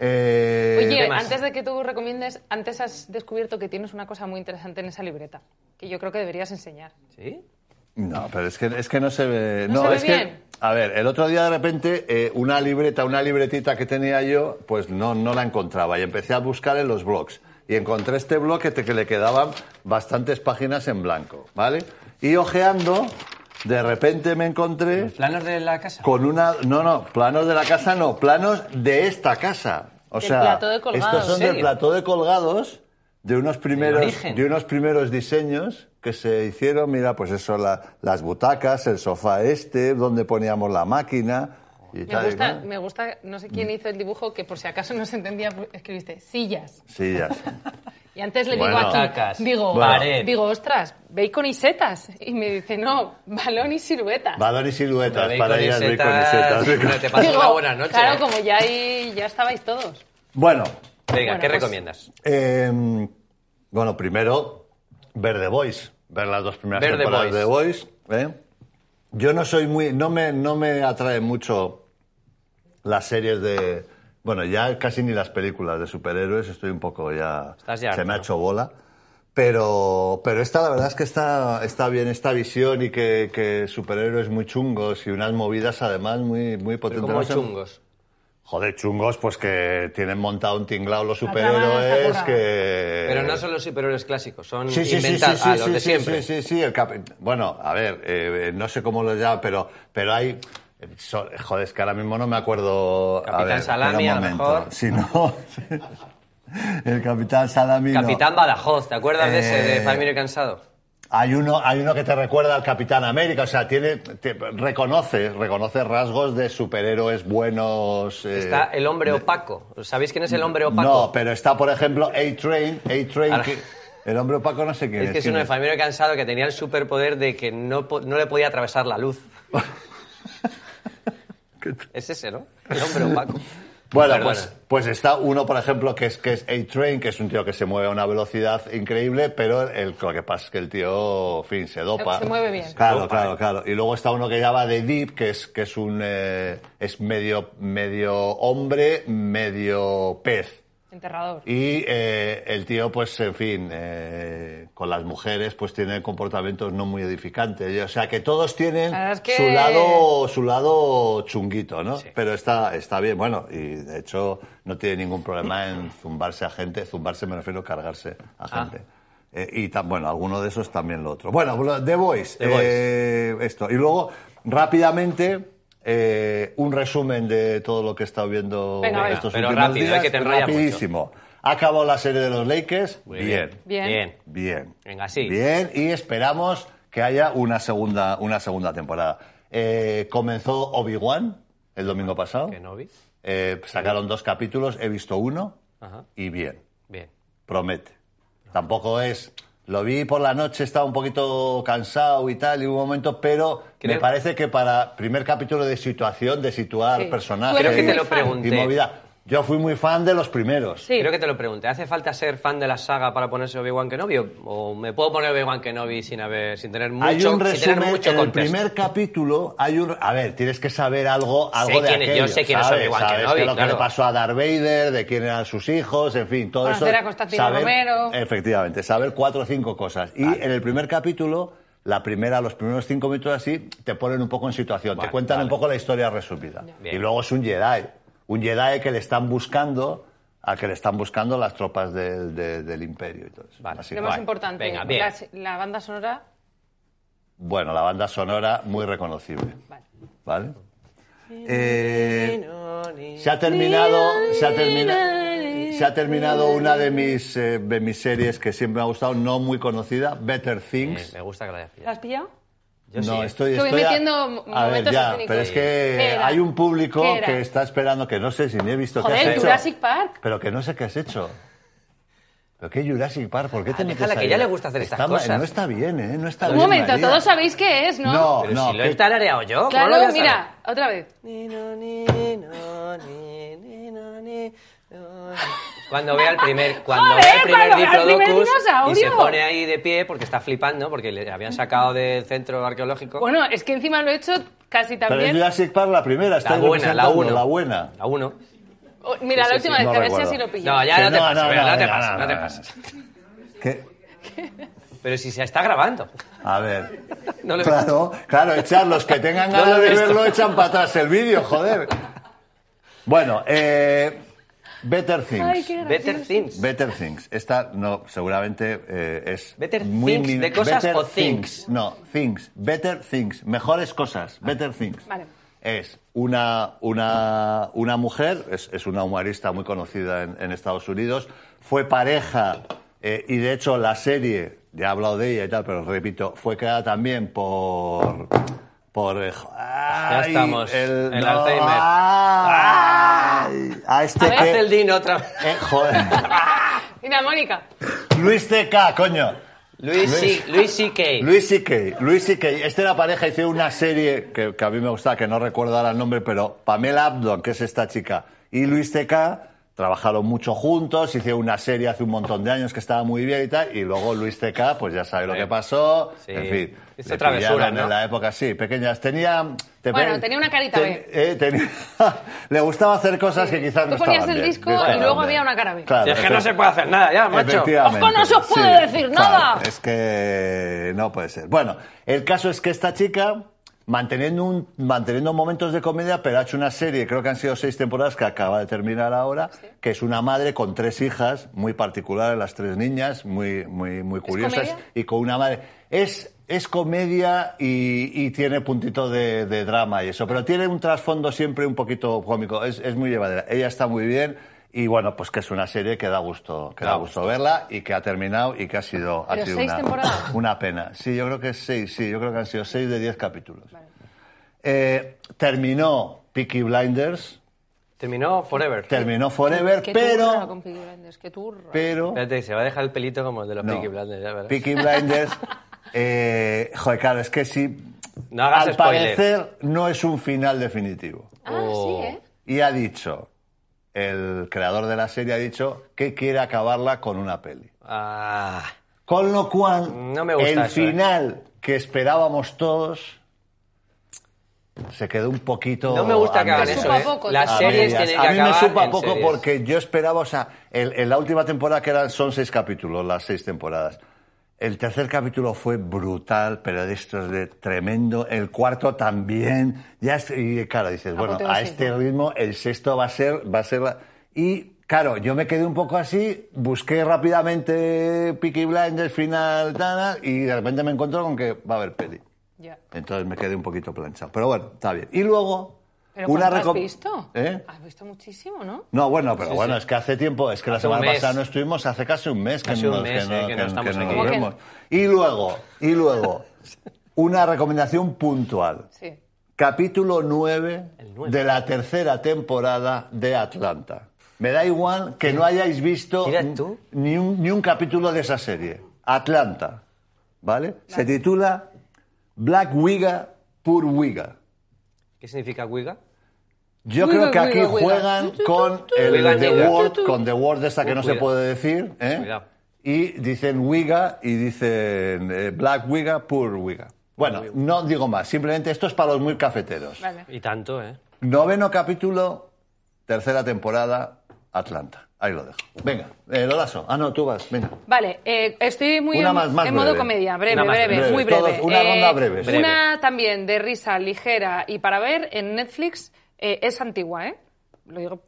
Speaker 3: Eh,
Speaker 2: Oye,
Speaker 4: ¿qué más?
Speaker 2: antes de que tú recomiendes, antes has descubierto que tienes una cosa muy interesante en esa libreta, que yo creo que deberías enseñar.
Speaker 4: ¿Sí?
Speaker 3: No, pero es que, es que no se ve.
Speaker 2: No se ve
Speaker 3: es
Speaker 2: bien.
Speaker 3: que. A ver, el otro día de repente eh, una libreta, una libretita que tenía yo, pues no, no la encontraba y empecé a buscar en los blogs. Y encontré este blog que, te- que le quedaban bastantes páginas en blanco, ¿vale? Y ojeando, de repente me encontré.
Speaker 4: ¿Los planos de la casa?
Speaker 3: Con una. No, no, planos de la casa no, planos de esta casa. O
Speaker 2: Del
Speaker 3: sea,
Speaker 2: plató de colgados.
Speaker 3: estos son
Speaker 4: ¿En
Speaker 3: del
Speaker 4: serio?
Speaker 3: plató de colgados de unos primeros,
Speaker 4: origen.
Speaker 3: de unos primeros diseños que se hicieron. Mira, pues eso, la- las butacas, el sofá este, donde poníamos la máquina y
Speaker 2: Me
Speaker 3: tal. y
Speaker 2: gusta,
Speaker 3: cual.
Speaker 2: me gusta, no sé
Speaker 3: Mm.
Speaker 2: quién hizo el dibujo, que por si acaso no se entendía, escribiste sillas.
Speaker 3: Sí, ya.
Speaker 2: Y antes le
Speaker 3: Bueno.
Speaker 2: digo aquí,
Speaker 4: Tacas.
Speaker 2: digo,
Speaker 4: Bueno. Pared.
Speaker 2: digo, ostras, bacon y setas. Y me dice, no, balón y silueta.
Speaker 3: Valor y siluetas
Speaker 4: Bacon
Speaker 3: para
Speaker 4: y
Speaker 3: ellas, bacon y
Speaker 4: setas.
Speaker 3: setas.
Speaker 4: Te pasas
Speaker 2: Digo,
Speaker 4: una buena noche.
Speaker 2: Claro,
Speaker 4: ¿eh?
Speaker 2: como ya ahí ya estabais todos.
Speaker 3: Bueno,
Speaker 4: Venga,
Speaker 2: Bueno,
Speaker 4: ¿qué
Speaker 2: pues-
Speaker 4: recomiendas?
Speaker 3: eh, bueno, primero, ver The Voice. Ver las dos primeras
Speaker 4: Ver The
Speaker 3: temporadas de The Voice. ¿eh? Yo no soy muy. No me, no me atrae mucho las series de. Bueno, ya casi ni las películas de superhéroes, estoy un poco ya.
Speaker 4: Estás
Speaker 3: se
Speaker 4: ya harto,
Speaker 3: me ha
Speaker 4: ¿no?
Speaker 3: hecho bola. Pero, pero esta, la verdad es que está, está bien esta visión y que, que superhéroes muy chungos y unas movidas además muy, muy
Speaker 4: Pero
Speaker 3: potentes.
Speaker 4: como
Speaker 3: No sé-
Speaker 4: chungos.
Speaker 3: Joder, chungos, pues que tienen montado un tinglao los
Speaker 2: trama está
Speaker 3: superhéroes
Speaker 2: currada.
Speaker 3: que.
Speaker 4: Pero no son los superhéroes clásicos, son
Speaker 3: Eh, Sí, sí, sí, sí,
Speaker 4: inventados,
Speaker 3: sí,
Speaker 4: ah, los
Speaker 3: sí,
Speaker 4: de
Speaker 3: sí,
Speaker 4: siempre.
Speaker 3: sí, sí, sí, el cap- Bueno, a ver, eh, eh, no sé cómo lo llama, pero, pero hay... so- joder, es que ahora mismo no me acuerdo... a
Speaker 4: Capitán
Speaker 3: ver, espera
Speaker 4: Salami,
Speaker 3: un
Speaker 4: a lo
Speaker 3: momento.
Speaker 4: mejor.
Speaker 3: Si no... el Capitán Salami no.
Speaker 4: Capitán Badajoz, ¿te acuerdas de ese de
Speaker 3: Eh,
Speaker 4: Five Minute Cansado?
Speaker 3: Hay uno, hay uno que te recuerda al Capitán América, o sea, tiene, te- reconoce, reconoce rasgos de superhéroes buenos. eh,
Speaker 4: Está el hombre opaco. ¿Sabéis quién es el hombre opaco?
Speaker 3: No, pero está, por ejemplo, A-Train, A-Train,
Speaker 4: Ahora-
Speaker 3: que- el hombre opaco no sé quién es.
Speaker 4: es que es
Speaker 3: quién
Speaker 4: uno de Five Minute Cansado que tenía el superpoder de que no, po- no le podía atravesar la luz. es ese, ¿no? El hombre opaco.
Speaker 3: Bueno,
Speaker 4: Perdona.
Speaker 3: pues, pues está uno, por ejemplo, que es, que es A-Train, que es un tío que se mueve a una velocidad increíble, pero el, lo que pasa es que el tío, en fin, se dopa.
Speaker 2: Se mueve bien.
Speaker 3: Claro,
Speaker 4: Dopa,
Speaker 3: claro, claro. Y luego está uno que llama The Deep, que es, que es un, eh, es medio, medio hombre, medio pez.
Speaker 2: Enterrador.
Speaker 3: Y eh, el tío, pues, en fin, eh, con las mujeres, pues tiene comportamientos no muy edificantes. Y, O sea, que todos tienen
Speaker 2: La verdad es que-
Speaker 3: su lado su lado chunguito, ¿no? Pero está, está bien, bueno, y de hecho no tiene ningún problema en zumbarse a gente. Zumbarse me refiero a cargarse
Speaker 2: Ah.
Speaker 3: a gente. Eh, y tam- bueno, alguno de esos también lo otro. Bueno, lo- The Voice.
Speaker 4: The Voice.
Speaker 3: eh, esto. Y luego, rápidamente, eh, un resumen de todo lo que he estado viendo
Speaker 2: Venga, venga.
Speaker 3: estos
Speaker 4: Pero
Speaker 3: últimos
Speaker 4: rápido,
Speaker 3: días.
Speaker 4: que te enrolla mucho.
Speaker 3: rapidísimo. Ha acabado la serie de los Lakers.
Speaker 4: Muy
Speaker 3: Bien.
Speaker 2: Bien.
Speaker 4: Bien.
Speaker 3: Bien.
Speaker 4: Venga, sí.
Speaker 3: Bien, y esperamos que haya una segunda, una segunda temporada. Eh, comenzó Obi-Wan el domingo pasado.
Speaker 4: Ah, Que no vi.
Speaker 3: Eh, sacaron dos capítulos, he visto uno
Speaker 4: Ajá.
Speaker 3: y bien,
Speaker 4: Bien.
Speaker 3: promete. Tampoco es... Lo vi por la noche, estaba un poquito cansado y tal, y hubo momentos, pero me
Speaker 4: Creo-
Speaker 3: parece que para primer capítulo de situación, de situar
Speaker 2: Sí.
Speaker 3: personajes
Speaker 2: Creo que te lo
Speaker 3: y
Speaker 4: pregunté.
Speaker 3: movida, yo fui muy fan de los primeros.
Speaker 2: Sí.
Speaker 4: Creo que te lo pregunté. ¿Hace falta ser fan de la saga para ponerse Obi-Wan Kenobi? ¿O- ¿O me puedo poner Obi-Wan Kenobi sin, haber, sin tener mucho,
Speaker 3: hay un
Speaker 4: sin tener
Speaker 3: resumen
Speaker 4: mucho
Speaker 3: en el
Speaker 4: contexto?
Speaker 3: primer capítulo hay un a ver tienes que saber algo algo
Speaker 4: Sé
Speaker 3: de
Speaker 4: quién es- yo
Speaker 3: aquello
Speaker 4: sé quién es
Speaker 3: sabes,
Speaker 4: Obi-Wan
Speaker 3: sabes
Speaker 4: Kenobi,
Speaker 3: qué es lo que
Speaker 4: claro.
Speaker 3: le pasó a Darth Vader de quién eran sus hijos en fin todo
Speaker 2: Conocer
Speaker 3: eso
Speaker 2: a Constantino Romero.
Speaker 3: efectivamente saber cuatro o cinco cosas y en el primer capítulo la primera los primeros cinco minutos así te ponen un poco en situación te
Speaker 4: Vale,
Speaker 3: cuentan un
Speaker 4: vale.
Speaker 3: poco la historia resumida
Speaker 4: Bien.
Speaker 3: y luego es un Jedi un Jedi que le están buscando al que le están buscando las tropas del- de- del Imperio y todo eso
Speaker 4: Vale.
Speaker 3: Así
Speaker 4: Sí,
Speaker 2: Lo
Speaker 3: que,
Speaker 2: más
Speaker 3: bueno.
Speaker 2: importante,
Speaker 4: Venga, bien.
Speaker 2: La, la banda sonora.
Speaker 3: Bueno, la banda sonora muy reconocible.
Speaker 2: Vale.
Speaker 3: ¿Vale? Eh, se ha terminado, se ha, termina- se ha terminado una de mis, eh, de mis series que siempre me ha gustado, no muy conocida, Better
Speaker 4: Eh,
Speaker 3: Things.
Speaker 4: me gusta que lo hayas
Speaker 2: Pues ¿La
Speaker 4: pillado.
Speaker 2: has pillado?
Speaker 4: Yo
Speaker 3: no,
Speaker 4: sí.
Speaker 3: estoy,
Speaker 2: Estoy
Speaker 3: estoy a-
Speaker 2: metiendo
Speaker 3: a, ver,
Speaker 2: momentos
Speaker 3: ya,
Speaker 2: escénicos.
Speaker 3: pero es
Speaker 2: ¿Qué
Speaker 3: que
Speaker 2: era?
Speaker 3: hay un público
Speaker 2: ¿Qué era?
Speaker 3: que está esperando que no sé si ni he visto qué
Speaker 2: Joder,
Speaker 3: has hecho.
Speaker 2: Jurassic Park.
Speaker 3: Pero que no sé qué has hecho. ¿Pero qué Jurassic Park? ¿Por qué te
Speaker 4: Ah,
Speaker 3: metes
Speaker 4: déjala, que
Speaker 3: ahí?
Speaker 4: ya le gusta hacer estas
Speaker 3: Está ma-
Speaker 4: cosas.
Speaker 3: No está bien, ¿eh? No está
Speaker 4: Un
Speaker 3: bien.
Speaker 2: Un momento,
Speaker 3: María.
Speaker 2: todos sabéis qué es, ¿no?
Speaker 3: No,
Speaker 4: Pero
Speaker 3: no.
Speaker 4: si lo
Speaker 3: que-
Speaker 4: he talareado yo. ¿cómo lo voy
Speaker 2: Claro,
Speaker 4: a saber?
Speaker 2: mira, otra vez.
Speaker 4: Cuando vea el primer, cuando
Speaker 2: Joder,
Speaker 4: vea el primer
Speaker 2: cuando vea el primer
Speaker 4: Diplodocus y se
Speaker 2: dinosaurio.
Speaker 4: pone ahí de pie porque está flipando, porque le habían sacado del centro arqueológico.
Speaker 2: Bueno, es que encima lo he hecho casi
Speaker 3: Pero es
Speaker 2: también.
Speaker 3: Jurassic Park la primera, está
Speaker 4: la buena, la uno.
Speaker 3: La buena.
Speaker 4: La uno.
Speaker 2: Oh, Mira, la
Speaker 4: sí,
Speaker 2: última
Speaker 3: sí,
Speaker 2: vez,
Speaker 3: no
Speaker 2: que a ver si
Speaker 3: recuerdo.
Speaker 2: así lo pillo.
Speaker 4: No, ya
Speaker 3: Que
Speaker 4: no te
Speaker 3: no,
Speaker 4: pases,
Speaker 3: no,
Speaker 4: venga,
Speaker 3: no,
Speaker 4: no te
Speaker 3: venga,
Speaker 4: pases,
Speaker 3: no,
Speaker 4: no te
Speaker 3: no,
Speaker 4: pases.
Speaker 3: ¿Qué?
Speaker 4: Pero si se está grabando.
Speaker 3: A ver.
Speaker 4: No lo he
Speaker 3: claro, claro, echar los que tengan
Speaker 4: No
Speaker 3: ganas
Speaker 4: lo he
Speaker 3: de
Speaker 4: visto.
Speaker 3: verlo echan para atrás el vídeo, joder. Bueno, eh, Better Things.
Speaker 2: Ay, qué gracioso.
Speaker 4: Better Things.
Speaker 3: Better Things. Esta no, seguramente eh, es.
Speaker 4: Better
Speaker 3: muy
Speaker 4: Things,
Speaker 3: min-
Speaker 4: ¿de cosas
Speaker 3: Better
Speaker 4: o Things? Ah,
Speaker 3: No, Things. Better Things. Mejores cosas. Better Things.
Speaker 2: Vale.
Speaker 3: Es una, una, una mujer, es, es una humorista muy conocida en, en Estados Unidos, fue pareja eh, y de hecho la serie, ya he hablado de ella y tal, pero repito, fue creada también por. por. eh, ay,
Speaker 4: estamos, el Alzheimer.
Speaker 3: ay, a este
Speaker 2: A ver,
Speaker 3: que-
Speaker 4: Haz el Dino otra vez.
Speaker 3: eh, joder.
Speaker 2: Mira, Mónica.
Speaker 3: Luis C.K., coño.
Speaker 4: Luis, C- Luis C.K.
Speaker 3: Luis C.K. Luis C.K. Este era pareja, hizo una serie que, que a mí me gustaba, que no recuerdo ahora el nombre, pero Pamela Abdon, que es esta chica, y Luis C.K. trabajaron mucho juntos, hicieron una serie hace un montón de años que estaba muy bien y tal, y luego Luis C.K., pues ya sabe lo que pasó,
Speaker 4: Sí.
Speaker 3: en fin.
Speaker 4: Hizo
Speaker 3: le
Speaker 4: travesura,
Speaker 3: pillaron
Speaker 4: ¿no?
Speaker 3: En la época, sí, pequeñas. Tenía... te-
Speaker 2: Bueno, tenía una carita B.
Speaker 3: eh, tenía- le gustaba hacer cosas que quizás
Speaker 2: Tú
Speaker 3: no
Speaker 2: ponías
Speaker 3: estaban
Speaker 2: el
Speaker 3: bien,
Speaker 2: disco y
Speaker 3: no estaban
Speaker 2: luego
Speaker 3: bien.
Speaker 2: había una cara B.
Speaker 3: Claro,
Speaker 4: Si es que no
Speaker 3: efectivamente.
Speaker 4: se puede hacer nada ya, macho.
Speaker 3: Efectivamente.
Speaker 2: Ojo, no se os puede decir nada.
Speaker 3: Es que no puede ser. Bueno, el caso es que esta chica, manteniendo, un, manteniendo momentos de comedia, pero ha hecho una serie, creo que han sido seis temporadas que acaba de terminar ahora, que es una madre con tres hijas, muy particulares las tres niñas, muy, muy, muy curiosas,
Speaker 2: comedia?
Speaker 3: y con una madre. Es. Es comedia y, y tiene puntito de, de drama y eso, pero tiene un trasfondo siempre un poquito cómico. Es, es muy llevadera. Ella está muy bien y bueno, pues que es una serie que da gusto, que da
Speaker 4: Da
Speaker 3: gusto gustó verla y que ha terminado y que ha sido, ha
Speaker 2: ¿Pero
Speaker 3: sido
Speaker 2: seis
Speaker 3: una,
Speaker 2: temporadas?
Speaker 3: una pena. Sí, yo creo que es seis, sí, yo creo que han sido seis de diez capítulos. Eh, terminó Peaky Blinders,
Speaker 4: Terminó Forever.
Speaker 3: terminó Forever,
Speaker 2: Qué turra
Speaker 3: pero,
Speaker 2: con Piggy Blinders, qué turra.
Speaker 3: pero
Speaker 4: Espérate, se va a dejar el pelito como el de los
Speaker 3: no.
Speaker 4: Peaky Blinders, ya verás.
Speaker 3: Peaky Blinders, eh, joder, claro, es que sí,
Speaker 4: No hagas
Speaker 3: al
Speaker 4: spoiler.
Speaker 3: parecer no es un final definitivo.
Speaker 2: Ah, sí, ¿eh?
Speaker 3: Y ha dicho, el creador de la serie ha dicho que quiere acabarla con una peli.
Speaker 4: Ah,
Speaker 3: Con lo cual,
Speaker 4: No me gusta
Speaker 3: el
Speaker 4: eso, ¿eh?
Speaker 3: final que esperábamos todos se quedó un poquito.
Speaker 4: no me gusta
Speaker 3: a
Speaker 4: que hagan
Speaker 3: medias.
Speaker 4: eso, ¿eh?
Speaker 2: poco,
Speaker 4: Las
Speaker 3: A
Speaker 4: series
Speaker 3: medias.
Speaker 4: tienen
Speaker 3: A
Speaker 4: que
Speaker 3: mí
Speaker 4: acabar
Speaker 3: me supa
Speaker 4: en
Speaker 3: poco
Speaker 4: series.
Speaker 3: porque yo esperaba, o sea, el- en la última temporada que eran son seis capítulos, las seis temporadas. El tercer capítulo fue brutal, pero de estos de tremendo. El cuarto también. Ya es- y claro, dices, bueno, a
Speaker 2: Apoteósico.
Speaker 3: este ritmo el sexto va a ser, va a ser la- Y claro, yo me quedé un poco así, busqué rápidamente Peaky Blinders, final, tal, y de repente me encuentro con que va a haber peli.
Speaker 2: Ya.
Speaker 3: Entonces me quedé un poquito planchado. Pero bueno, está bien. Y luego.
Speaker 2: ¿Pero cuánto has
Speaker 3: reco-
Speaker 2: visto?
Speaker 3: ¿Eh?
Speaker 2: Has visto muchísimo, ¿no?
Speaker 3: No, bueno, pero
Speaker 4: Sí,
Speaker 3: bueno,
Speaker 4: sí.
Speaker 3: es que hace tiempo, es que la
Speaker 4: Hace un
Speaker 3: semana
Speaker 4: mes.
Speaker 3: pasada no estuvimos, hace casi un mes que,
Speaker 4: Casi
Speaker 3: no,
Speaker 4: un
Speaker 3: nos-
Speaker 4: mes,
Speaker 3: que no-
Speaker 4: eh, que no
Speaker 3: que-
Speaker 4: estamos
Speaker 3: que no
Speaker 4: aquí.
Speaker 3: nos vemos. Y luego, y luego, una recomendación puntual.
Speaker 2: Sí.
Speaker 3: capítulo 9,
Speaker 4: El nueve.
Speaker 3: de la tercera temporada de Atlanta. Me da igual que no hayáis visto
Speaker 4: Mira
Speaker 3: n-
Speaker 4: tú.
Speaker 3: ni un, ni un capítulo de esa serie. Atlanta, ¿vale? Se titula Black Wiga, Pur Wiga.
Speaker 4: ¿Qué significa Wiga?
Speaker 3: Yo
Speaker 2: Wiga,
Speaker 3: creo que aquí
Speaker 2: wiga, wiga.
Speaker 3: juegan con
Speaker 4: Wiga,
Speaker 3: el The
Speaker 4: wiga.
Speaker 3: Word, con The Word esta que
Speaker 4: Uh,
Speaker 3: no se
Speaker 4: cuidado.
Speaker 3: puede decir, ¿eh?
Speaker 4: Cuidado.
Speaker 3: Y dicen Wiga y dicen eh, Black Wiga, Pur Wiga. Bueno, no digo más, simplemente esto es para los muy cafeteros.
Speaker 2: Vale.
Speaker 4: Y tanto, ¿eh?
Speaker 3: Noveno capítulo, tercera temporada, Atlanta. Ahí lo dejo. Venga, eh, Lolaso. Ah, no, tú vas, venga.
Speaker 2: Vale, eh, estoy muy
Speaker 3: Una
Speaker 2: en,
Speaker 3: más- más
Speaker 2: en modo
Speaker 3: breve.
Speaker 2: comedia, breve,
Speaker 4: Una más
Speaker 2: breve,
Speaker 4: breve.
Speaker 2: muy breve. Eh,
Speaker 3: Todos, una ronda breve.
Speaker 4: Breve.
Speaker 2: Una también de risa ligera y para ver en Netflix eh, es antigua, ¿eh? Lo digo.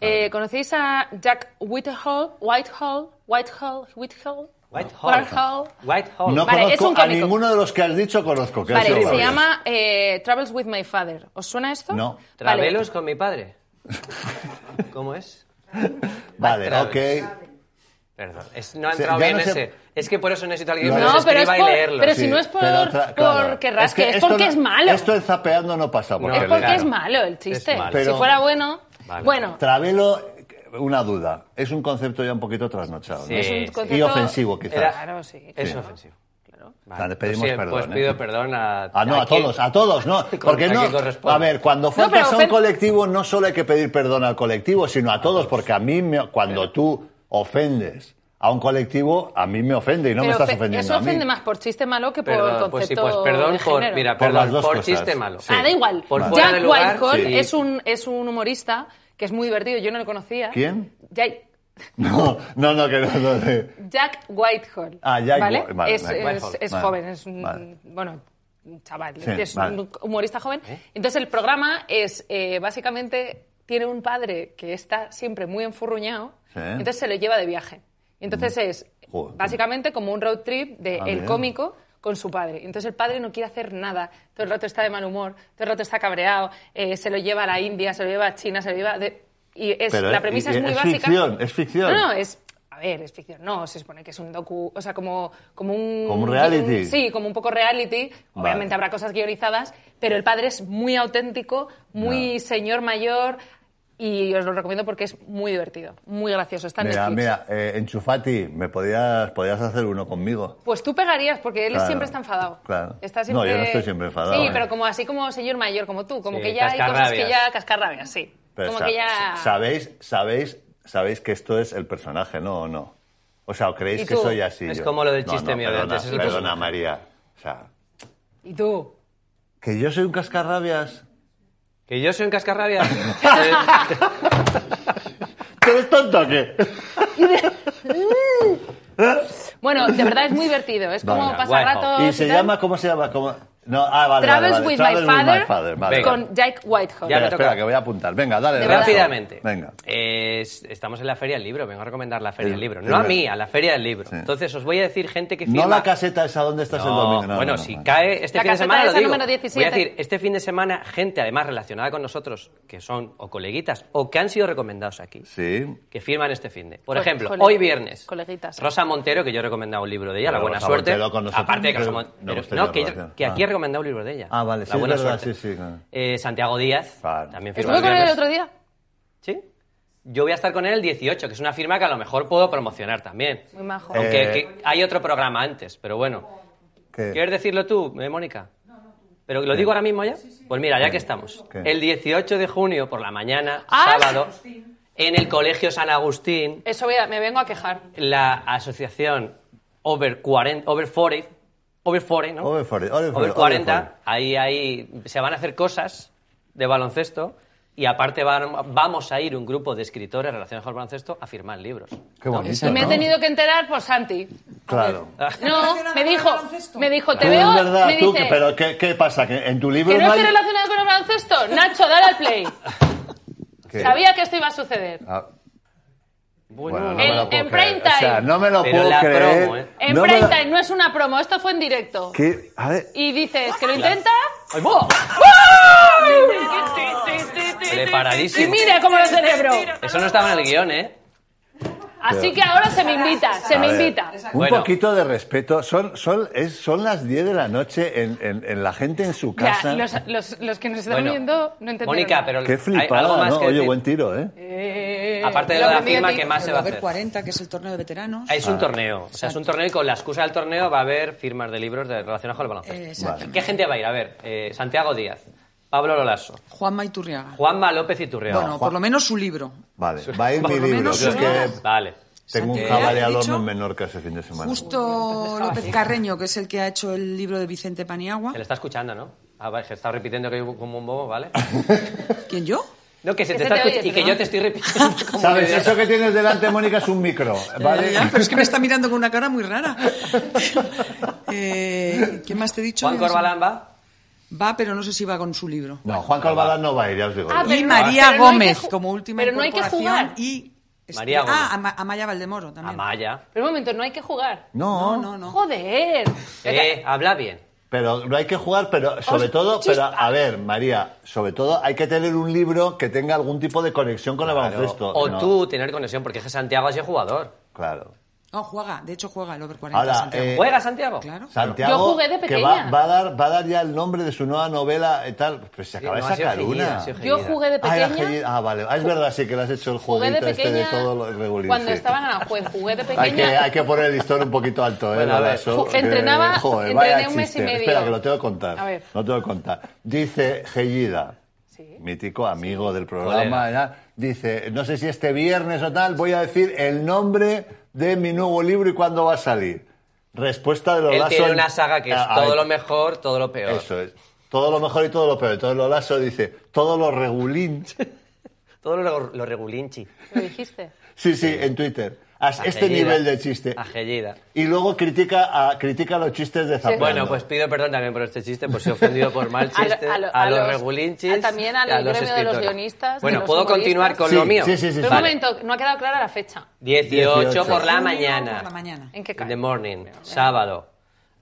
Speaker 2: Eh, ¿Conocéis a Jack Whitehall? Whitehall, Whitehall, Whitehall.
Speaker 4: Whitehall.
Speaker 2: Whitehall.
Speaker 4: Whitehall.
Speaker 3: No
Speaker 2: Vale, es un
Speaker 3: conozco a
Speaker 2: cómico.
Speaker 3: ninguno de los que has dicho, conozco. que ha sido
Speaker 2: Vale, se
Speaker 3: varios.
Speaker 2: llama eh, Travels with My Father. ¿Os suena esto?
Speaker 3: No.
Speaker 2: Vale.
Speaker 4: Travelos con mi padre. ¿Cómo es?
Speaker 3: Vale,
Speaker 4: Travis.
Speaker 3: ok.
Speaker 4: Perdón, es- no ha
Speaker 3: Sí,
Speaker 4: entrado
Speaker 3: ya
Speaker 4: bien
Speaker 3: no sé-
Speaker 4: ese. Es que por eso necesito a alguien que
Speaker 3: No,
Speaker 4: me los
Speaker 2: pero es
Speaker 4: escriba y
Speaker 2: por-
Speaker 4: leerlo.
Speaker 2: pero si no es por-
Speaker 3: otra- claro.
Speaker 2: porque rasque, es
Speaker 3: esto
Speaker 2: porque
Speaker 3: no-
Speaker 2: es malo.
Speaker 3: Esto en zapeando no pasa. Porque
Speaker 2: Es
Speaker 4: No,
Speaker 3: le-
Speaker 2: porque
Speaker 4: claro.
Speaker 2: es malo el chiste.
Speaker 4: Es malo.
Speaker 3: Pero-
Speaker 2: Si fuera bueno.
Speaker 4: Vale.
Speaker 2: Bueno,
Speaker 3: Travelo, una duda. Es un concepto ya un poquito trasnochado.
Speaker 4: Sí,
Speaker 3: ¿no?
Speaker 2: es un
Speaker 4: sí.
Speaker 2: concepto-
Speaker 3: Y ofensivo, quizás.
Speaker 4: Era-
Speaker 2: Claro, sí.
Speaker 4: Es
Speaker 3: Sí.
Speaker 4: ofensivo.
Speaker 3: Vale, pedimos
Speaker 4: pues sí,
Speaker 3: perdón,
Speaker 4: Pues
Speaker 3: ¿eh?
Speaker 4: pido perdón a.
Speaker 3: Ah, no, a,
Speaker 4: quien-
Speaker 3: todos, a todos, ¿no? Porque
Speaker 4: a
Speaker 3: no.
Speaker 4: quien corresponde.
Speaker 3: A ver, cuando faltas
Speaker 2: pero
Speaker 3: a un
Speaker 2: ofen-
Speaker 3: colectivo, no solo hay que pedir perdón al colectivo, sino a todos, porque a mí, me- cuando tú ofendes a un colectivo, a mí me ofende y no me
Speaker 2: pero
Speaker 3: estás
Speaker 2: ofe-
Speaker 3: ofendiendo.
Speaker 2: eso
Speaker 3: a mí.
Speaker 2: ofende más por chiste malo que por
Speaker 4: Perdón,
Speaker 2: concepto
Speaker 4: pues sí, pues perdón
Speaker 2: de
Speaker 4: por.
Speaker 2: género.
Speaker 4: Mira,
Speaker 3: Por las
Speaker 4: perdón, por,
Speaker 3: dos cosas.
Speaker 4: chiste malo.
Speaker 3: Sí.
Speaker 2: Ah, da igual.
Speaker 4: Por
Speaker 3: Vale.
Speaker 4: fuera de
Speaker 2: Jack
Speaker 4: lugar,
Speaker 2: Whitehall
Speaker 4: sí.
Speaker 2: es, un, es un humorista que es muy divertido, yo no lo conocía.
Speaker 3: ¿Quién?
Speaker 2: Jack,
Speaker 3: No, no, no, que no. no, no.
Speaker 2: Jack Whitehall.
Speaker 3: Ah, Jack
Speaker 2: ¿vale?
Speaker 3: Wh- vale,
Speaker 2: es
Speaker 3: Jack
Speaker 2: es-
Speaker 4: Whitehall,
Speaker 2: es
Speaker 3: vale,
Speaker 2: joven, es un,
Speaker 3: vale.
Speaker 2: bueno, un chaval,
Speaker 3: Sí,
Speaker 2: es
Speaker 3: vale.
Speaker 2: un humorista joven. Entonces el programa es, eh, básicamente, tiene un padre que está siempre muy enfurruñado,
Speaker 3: Sí. Mm.
Speaker 2: entonces se lo lleva de viaje. Entonces es,
Speaker 3: Joder.
Speaker 2: básicamente, como un road trip de
Speaker 3: Ah,
Speaker 2: el
Speaker 3: bien.
Speaker 2: cómico con su padre. Entonces el padre no quiere hacer nada, todo el rato está de mal humor, todo el rato está cabreado, eh, se lo lleva a la India, se lo lleva a China, se lo lleva... de- Y es,
Speaker 3: Pero,
Speaker 2: la
Speaker 3: eh,
Speaker 2: premisa
Speaker 3: y-
Speaker 2: es muy
Speaker 3: es
Speaker 2: básica.
Speaker 3: ficción, es ficción.
Speaker 2: No, no, es. A ver, es ficción. No, se supone que es un docu. O sea, como, como un.
Speaker 3: Como un reality.
Speaker 2: guion- sí, como un poco reality. Obviamente habrá cosas guionizadas, pero el padre es muy auténtico, muy señor mayor. Y os lo recomiendo porque es muy divertido, muy gracioso. Está en
Speaker 3: Mira,
Speaker 2: Netflix.
Speaker 3: mira, eh, enchufati, me podías, podías hacer uno conmigo.
Speaker 2: Pues tú pegarías, porque él
Speaker 3: Claro,
Speaker 2: siempre está enfadado.
Speaker 3: claro.
Speaker 2: Está
Speaker 3: No,
Speaker 2: siempre...
Speaker 3: yo no estoy siempre enfadado,
Speaker 2: Sí,
Speaker 3: ¿eh?
Speaker 2: pero como así como señor mayor, como tú, como
Speaker 4: Sí,
Speaker 2: que ya hay cosas que
Speaker 4: cascarrabias.
Speaker 2: ya cascarrabias, sí.
Speaker 3: Pero
Speaker 2: como
Speaker 3: sa-
Speaker 2: que ya...
Speaker 3: ¿Sabéis, sabéis, sabéis que esto es el personaje, no o no? O sea, ¿o
Speaker 2: ¿Y
Speaker 3: creéis que
Speaker 2: tú?
Speaker 3: soy así?
Speaker 4: Es
Speaker 3: yo?
Speaker 4: como lo del
Speaker 3: No,
Speaker 4: chiste
Speaker 3: no,
Speaker 4: mío de
Speaker 3: perdona,
Speaker 4: antes, es el
Speaker 3: perdona,
Speaker 4: personaje.
Speaker 3: María. O sea,
Speaker 2: ¿Y tú?
Speaker 3: que yo soy un cascarrabias.
Speaker 4: Que yo soy un cascarrabia.
Speaker 3: ¿Tú eres tonto o qué?
Speaker 2: Bueno, de verdad es muy divertido. Es como
Speaker 3: Venga,
Speaker 2: pasar
Speaker 4: guay.
Speaker 2: ratos...
Speaker 3: ¿Y se
Speaker 2: tal.
Speaker 3: llama? ¿Cómo se llama? ¿Cómo? No, ah, vale,
Speaker 2: Travels,
Speaker 3: vale, vale.
Speaker 2: with,
Speaker 3: Travels
Speaker 2: my father,
Speaker 3: vale,
Speaker 4: Venga.
Speaker 3: vale.
Speaker 2: con Jack Whitehall.
Speaker 4: Ya me
Speaker 3: espera,
Speaker 4: toca.
Speaker 3: espera, que voy a apuntar. Venga, dale.
Speaker 2: De
Speaker 3: Lorenzo.
Speaker 4: Rápidamente.
Speaker 3: Venga.
Speaker 4: Eh, es- estamos en la Feria del Libro. Vengo a recomendar la Feria
Speaker 3: Es-
Speaker 4: del Libro.
Speaker 3: es
Speaker 4: No a
Speaker 3: verdad.
Speaker 4: mí, a la Feria del Libro.
Speaker 3: Sí.
Speaker 4: Entonces os voy a decir gente que firma...
Speaker 3: No la caseta esa donde estás el
Speaker 4: No,
Speaker 3: domingo. No,
Speaker 4: bueno,
Speaker 3: no, no,
Speaker 4: si
Speaker 3: no.
Speaker 4: cae este
Speaker 2: La
Speaker 4: fin de
Speaker 2: caseta
Speaker 4: semana, lo
Speaker 2: esa
Speaker 4: digo.
Speaker 2: número 17.
Speaker 4: Voy a decir, este fin de semana, gente además relacionada con nosotros, que son o coleguitas o que han sido recomendados aquí,
Speaker 3: Sí.
Speaker 4: que firman este fin de. Por
Speaker 2: Co-
Speaker 4: ejemplo,
Speaker 2: cole-
Speaker 4: hoy viernes,
Speaker 2: coleguitas.
Speaker 4: Rosa Montero, que yo he recomendado un libro de ella,
Speaker 3: Pero
Speaker 4: La Buena
Speaker 3: Rosa
Speaker 4: Suerte.
Speaker 3: Montero con nosotros
Speaker 4: Aparte de que Rosa
Speaker 3: no
Speaker 4: Montero.
Speaker 3: hemos tenido
Speaker 4: No, que,
Speaker 3: relación.
Speaker 4: yo- que aquí
Speaker 3: Ah.
Speaker 4: he recomendado un libro de ella.
Speaker 3: Ah, vale,
Speaker 4: La
Speaker 3: sí, es
Speaker 4: Buena
Speaker 3: verdad,
Speaker 4: Suerte.
Speaker 3: sí, sí, claro.
Speaker 4: Eh, Santiago Díaz,
Speaker 3: Vale.
Speaker 4: también firma
Speaker 2: Estuve
Speaker 4: el
Speaker 2: con él el
Speaker 4: viernes.
Speaker 2: otro día.
Speaker 4: ¿Sí? Yo voy a estar con él el 18, que es una firma que a lo mejor puedo promocionar también.
Speaker 2: Muy majo.
Speaker 4: Aunque
Speaker 3: Eh,
Speaker 4: que hay otro programa antes, pero bueno.
Speaker 3: ¿Qué?
Speaker 4: ¿Quieres decirlo tú, eh, Mónica? ¿Pero lo digo ahora mismo ya? Pues mira, ya que estamos.
Speaker 3: Eh. ¿Qué?
Speaker 4: El 18 de junio, por la mañana,
Speaker 2: Ah,
Speaker 4: sábado, en el Colegio San Agustín,
Speaker 2: Eso voy a- me vengo a quejar.
Speaker 4: la asociación Over 40, Over 40, Over 40, ¿no?
Speaker 3: Over 40, over 40,
Speaker 4: Over
Speaker 3: over
Speaker 4: 40,
Speaker 3: 40.
Speaker 4: ahí, ahí se van a hacer cosas de baloncesto y aparte van- vamos a ir un grupo de escritores relacionados con el baloncesto a firmar libros.
Speaker 3: Qué bonito,
Speaker 2: Y me he
Speaker 3: ¿no?
Speaker 2: tenido que enterar por Santi.
Speaker 3: Claro.
Speaker 2: No, me dijo, me dijo, te
Speaker 3: Tú,
Speaker 2: veo,
Speaker 3: es verdad,
Speaker 2: me
Speaker 3: tú,
Speaker 2: dice,
Speaker 3: que- pero ¿qué, qué pasa? ¿Que en tu libro
Speaker 2: que no
Speaker 3: hay...?
Speaker 2: estoy relacionado con el baloncesto. Nacho, dale al play.
Speaker 3: ¿Qué?
Speaker 2: Sabía que esto iba a suceder.
Speaker 3: Ah,
Speaker 4: Bueno,
Speaker 3: no
Speaker 2: En-
Speaker 3: me lo puedo
Speaker 2: en
Speaker 3: creer.
Speaker 2: prime time.
Speaker 3: O sea, no me lo
Speaker 4: Pero
Speaker 3: puedo
Speaker 4: la
Speaker 3: creer.
Speaker 4: promo, ¿eh?
Speaker 2: En
Speaker 3: No me
Speaker 2: prime
Speaker 3: lo-
Speaker 2: time, no es una promo, esto fue en directo.
Speaker 3: ¿Qué? A ver,
Speaker 2: Y dices que lo intenta.
Speaker 4: ¡Ay, bo!
Speaker 2: Ti, ti, ti, ti, ti, ti, ti.
Speaker 4: Preparadísimo.
Speaker 2: Y mira cómo lo celebro.
Speaker 4: Eso no estaba en el guión, ¿eh?
Speaker 2: Así que ahora se me invita, se me
Speaker 3: A ver,
Speaker 2: invita.
Speaker 3: Un
Speaker 4: Bueno.
Speaker 3: poquito de respeto. Son, son, es- son las 10 de la noche en, en- en la gente en su
Speaker 2: Ya,
Speaker 3: casa.
Speaker 2: los, los- los que nos están
Speaker 4: Bueno,
Speaker 2: viendo no entendieron.
Speaker 4: Mónica,
Speaker 2: nada.
Speaker 4: pero
Speaker 3: Qué
Speaker 4: hay algo
Speaker 3: flipada,
Speaker 4: más
Speaker 3: ¿no?
Speaker 4: que
Speaker 3: Oye,
Speaker 4: decir.
Speaker 3: buen tiro, ¿eh?
Speaker 2: Eh,
Speaker 4: Aparte de
Speaker 2: lo
Speaker 4: la
Speaker 2: aprendí de
Speaker 4: firma
Speaker 2: ti.
Speaker 4: que más se
Speaker 6: Pero
Speaker 4: va a
Speaker 6: haber
Speaker 4: hacer.
Speaker 6: 40, que es el torneo de veteranos.
Speaker 4: Es un torneo, o sea, es un torneo y con la excusa del torneo va a haber firmas de libros de- relacionados con el baloncesto.
Speaker 6: Eh, exactamente.
Speaker 4: ¿Qué gente va a ir? A ver, eh, Santiago Díaz, Pablo Lolaso,
Speaker 6: Juanma Iturriaga.
Speaker 4: Juanma López Iturriaga.
Speaker 6: bueno, por lo menos su libro.
Speaker 3: Vale, va a ir mi
Speaker 6: lo
Speaker 3: libro.
Speaker 6: menos
Speaker 3: que es
Speaker 6: uno.
Speaker 3: que
Speaker 4: Vale.
Speaker 3: tengo un
Speaker 6: Santiago,
Speaker 3: jabalí
Speaker 6: ¿has
Speaker 3: al horno
Speaker 6: dicho?
Speaker 3: en Menorca ese fin de semana.
Speaker 6: Justo López Carreño, que es el que ha hecho el libro de Vicente Paniagua.
Speaker 4: Se le está escuchando, ¿no? Ah, vale, que está repitiendo que hay como un bobo, ¿vale?
Speaker 6: ¿Quién yo?
Speaker 4: No, que se
Speaker 2: Que se
Speaker 4: te está
Speaker 2: te oye,
Speaker 4: escuchando y
Speaker 2: pero
Speaker 4: que
Speaker 2: no.
Speaker 4: yo te estoy repitiendo. como
Speaker 3: ¿Sabes?
Speaker 4: media-
Speaker 3: Eso que tienes delante, Mónica, es un micro, ¿vale?
Speaker 6: Ya, pero es que me está mirando con una cara muy rara. Eh, ¿Quién más te he dicho?
Speaker 4: Juan
Speaker 6: Ya no sé.
Speaker 4: Corbalán va.
Speaker 6: Va, pero no sé si va con su libro.
Speaker 3: No, Juan Calvalán no va a ir, ya os digo.
Speaker 2: Ah,
Speaker 3: yo.
Speaker 2: pero
Speaker 6: y
Speaker 2: no- pero no
Speaker 6: María
Speaker 2: hay que
Speaker 6: Gómez
Speaker 2: ju-
Speaker 6: como última
Speaker 2: pero no hay que
Speaker 6: incorporación
Speaker 2: jugar.
Speaker 6: y
Speaker 4: María Gómez.
Speaker 6: Ah, Ama- Amaya Valdemoro también.
Speaker 4: Amaya.
Speaker 2: Pero un momento, no hay que jugar.
Speaker 3: No,
Speaker 6: No, no, no.
Speaker 2: Joder.
Speaker 4: Eh, habla bien.
Speaker 3: Pero no hay que jugar, pero sobre todo, pero a ver, María, sobre todo hay que tener un libro que tenga algún tipo de conexión con el baloncesto.
Speaker 4: o
Speaker 3: No,
Speaker 4: tú tener conexión, porque es que Santiago ha sido jugador.
Speaker 3: Claro.
Speaker 6: No, juega, de hecho juega el over 40
Speaker 3: Ahora,
Speaker 6: Santiago.
Speaker 3: eh,
Speaker 4: ¿Juega Santiago?
Speaker 6: Claro.
Speaker 3: Santiago,
Speaker 2: Yo jugué de
Speaker 3: que
Speaker 2: pequeña.
Speaker 3: va, va a dar, va a dar ya el nombre de su nueva novela y tal. Pues se
Speaker 4: Sí,
Speaker 3: acaba
Speaker 4: no,
Speaker 3: de
Speaker 4: ha sido
Speaker 3: sacar
Speaker 4: genial,
Speaker 3: una.
Speaker 4: ha sido
Speaker 2: Yo
Speaker 4: genial.
Speaker 2: jugué de
Speaker 3: Ah, era
Speaker 2: pequeña.
Speaker 3: genial. Ah, vale. Ah, es verdad, sí, que le has hecho el
Speaker 2: Jugué
Speaker 3: jueguito
Speaker 2: de
Speaker 3: este de
Speaker 2: pequeña.
Speaker 3: todo lo regular.
Speaker 2: Cuando
Speaker 3: sí.
Speaker 2: estaba en Aranjuez, jugué de
Speaker 3: Hay que, hay
Speaker 2: pequeña.
Speaker 3: que poner el listón un poquito alto, ¿eh?
Speaker 4: Bueno, a ver.
Speaker 3: Dalaso,
Speaker 2: Ju-
Speaker 3: que-
Speaker 2: entrenaba-
Speaker 3: Eh, joder,
Speaker 2: entrené
Speaker 3: vaya
Speaker 2: un mes y
Speaker 3: chiste.
Speaker 2: medio.
Speaker 3: Espera, que lo tengo que contar.
Speaker 2: A ver.
Speaker 3: Lo tengo que contar. Dice Gellida,
Speaker 2: Sí.
Speaker 3: mítico amigo del
Speaker 4: Colega.
Speaker 3: programa, ¿verdad? dice, no sé si este viernes o tal, voy a decir el nombre de mi nuevo libro y cuándo va a salir. Respuesta de los
Speaker 4: Él
Speaker 3: Lasso
Speaker 4: tiene
Speaker 3: en-
Speaker 4: una saga que es
Speaker 3: Ah,
Speaker 4: todo
Speaker 3: ahí.
Speaker 4: lo mejor, todo lo peor.
Speaker 3: Eso es. Todo lo mejor y todo lo peor. Entonces Lolaso dice, todo lo regulín.
Speaker 4: Todo lo, lo regulinchi.
Speaker 2: Lo dijiste.
Speaker 3: Sí, sí, en Twitter. A este
Speaker 4: Agellida.
Speaker 3: nivel de chiste.
Speaker 4: Agellida.
Speaker 3: Y luego critica, a, critica los chistes de Zapata.
Speaker 4: Bueno, pues pido perdón también por este chiste, por si he ofendido por mal
Speaker 2: A lo-
Speaker 4: chiste.
Speaker 2: a
Speaker 4: A,
Speaker 2: lo- a
Speaker 4: los,
Speaker 2: los-
Speaker 4: regulinchis.
Speaker 2: a- también
Speaker 4: y
Speaker 2: al
Speaker 4: los
Speaker 2: gremio de los
Speaker 4: escritores.
Speaker 2: guionistas,
Speaker 4: Bueno,
Speaker 2: de los
Speaker 4: ¿puedo
Speaker 2: humoristas.
Speaker 4: continuar con
Speaker 3: Sí,
Speaker 4: lo mío?
Speaker 3: sí, sí, sí.
Speaker 2: Pero un
Speaker 4: Vale.
Speaker 2: momento, no ha quedado clara la fecha.
Speaker 4: 18,
Speaker 3: 18
Speaker 4: por la
Speaker 6: Junio
Speaker 4: mañana.
Speaker 6: por la mañana.
Speaker 2: ¿En qué
Speaker 4: In the
Speaker 2: cae?
Speaker 4: morning, sábado.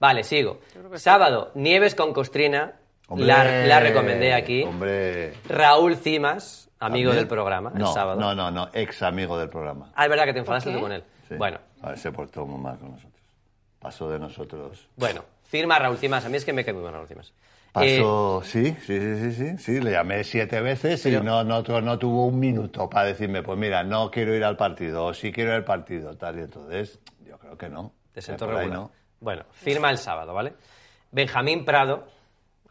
Speaker 4: Vale, sigo. Sábado, Nieves con Costrina. La, la recomendé aquí.
Speaker 3: Hombre.
Speaker 4: Raúl Cimas, amigo
Speaker 3: También.
Speaker 4: del programa,
Speaker 3: no,
Speaker 4: el sábado.
Speaker 3: No, no, no, ex amigo del programa.
Speaker 4: Ah, es verdad que te enfadaste
Speaker 2: ¿Por qué?
Speaker 4: tú con él.
Speaker 3: Sí.
Speaker 4: Bueno,
Speaker 3: A ver, se portó muy mal con nosotros. Pasó de nosotros.
Speaker 4: bueno, firma Raúl Cimas. A mí es que me cae muy bien Raúl Cimas. Eh,
Speaker 3: Pasó, sí, sí, sí, sí, sí, sí, le llamé siete veces y no, no, tu- no tuvo un minuto para decirme, pues mira, no quiero ir al partido, o sí quiero ir al partido, tal, y entonces, yo creo que no.
Speaker 4: Te
Speaker 3: Que
Speaker 4: sentó
Speaker 3: por ahí
Speaker 4: regular.
Speaker 3: no.
Speaker 4: Bueno, firma el sábado, ¿vale? Benjamín Prado,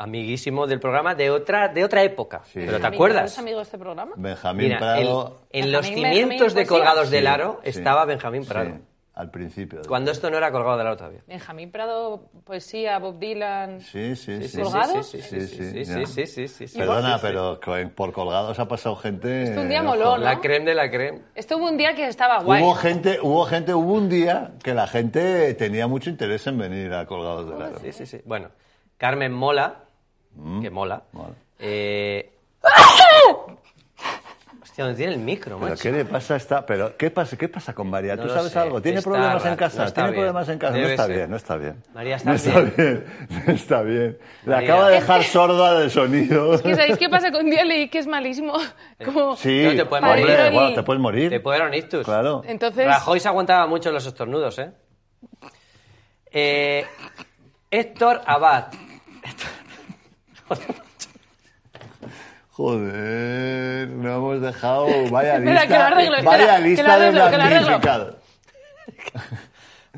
Speaker 4: amiguísimo del programa de otra, de otra época.
Speaker 3: Sí.
Speaker 4: ¿Pero te
Speaker 3: Benjamín,
Speaker 4: acuerdas?
Speaker 2: amigo de este programa?
Speaker 3: Benjamín
Speaker 4: Mira,
Speaker 3: Prado.
Speaker 4: el- en los
Speaker 2: Benjamín,
Speaker 4: cimientos
Speaker 2: Benjamín,
Speaker 4: de
Speaker 2: pues sí.
Speaker 4: Colgados del
Speaker 3: Sí,
Speaker 4: Aro
Speaker 3: sí.
Speaker 4: estaba Benjamín Prado.
Speaker 3: Sí, al principio.
Speaker 4: Cuando esto no era Colgado del Aro todavía.
Speaker 2: Benjamín Prado, poesía, Bob Dylan.
Speaker 3: Sí, sí, sí.
Speaker 2: ¿Colgados?
Speaker 4: Sí, sí,
Speaker 3: Sí,
Speaker 4: sí,
Speaker 3: sí,
Speaker 4: sí,
Speaker 3: ya.
Speaker 4: sí, sí, sí, este- sí.
Speaker 3: Perdona,
Speaker 4: Sí, sí.
Speaker 3: pero co- por colgados ha pasado gente.
Speaker 2: Esto un día
Speaker 3: eh,
Speaker 2: moló,
Speaker 3: ojo.
Speaker 2: ¿no?
Speaker 4: La creme de la creme.
Speaker 2: Esto hubo un día que estaba guay.
Speaker 3: Hubo gente, hubo gente, hubo un día que la gente tenía mucho interés en venir a Colgados del Aro.
Speaker 4: Sí, sí, sí. Bueno, Carmen Mola, que mola.
Speaker 3: Mm. mola.
Speaker 4: Eh... Hostia, ¿dónde tiene el micro,
Speaker 3: Pero
Speaker 4: macho?
Speaker 3: ¿qué le pasa a esta? Pero ¿qué pasa? ¿Qué pasa con María?
Speaker 4: No
Speaker 3: ¿Tú
Speaker 4: lo
Speaker 3: sabes
Speaker 4: sé.
Speaker 3: algo? Tiene
Speaker 4: Está
Speaker 3: problemas
Speaker 4: raro.
Speaker 3: en casa.
Speaker 4: No está
Speaker 3: tiene
Speaker 4: bien.
Speaker 3: problemas en casa.
Speaker 4: Debe
Speaker 3: no está
Speaker 4: ser.
Speaker 3: bien, no está bien.
Speaker 4: María,
Speaker 3: no
Speaker 4: ¿estás
Speaker 3: está
Speaker 4: bien?
Speaker 3: bien. No está bien. Le
Speaker 4: María.
Speaker 3: acaba de dejar sorda del sonido.
Speaker 2: Es que ¿sabéis qué pasa? Que un día leí que es malísimo. Como...
Speaker 3: Sí,
Speaker 4: No te puedes
Speaker 3: hombre,
Speaker 4: morir.
Speaker 3: bueno, te puedes morir.
Speaker 4: Te pudieron ictus.
Speaker 3: Claro.
Speaker 2: Entonces,
Speaker 4: Rajoy se aguantaba mucho los estornudos, ¿eh? Eh, Héctor Abad.
Speaker 3: Joder, no hemos dejado. Vaya
Speaker 2: Espera,
Speaker 3: lista.
Speaker 2: que lo arreglo, espera,
Speaker 3: vaya
Speaker 2: que lo
Speaker 3: lista
Speaker 2: arreglo,
Speaker 3: de
Speaker 2: que lo arreglo.
Speaker 3: magnificados.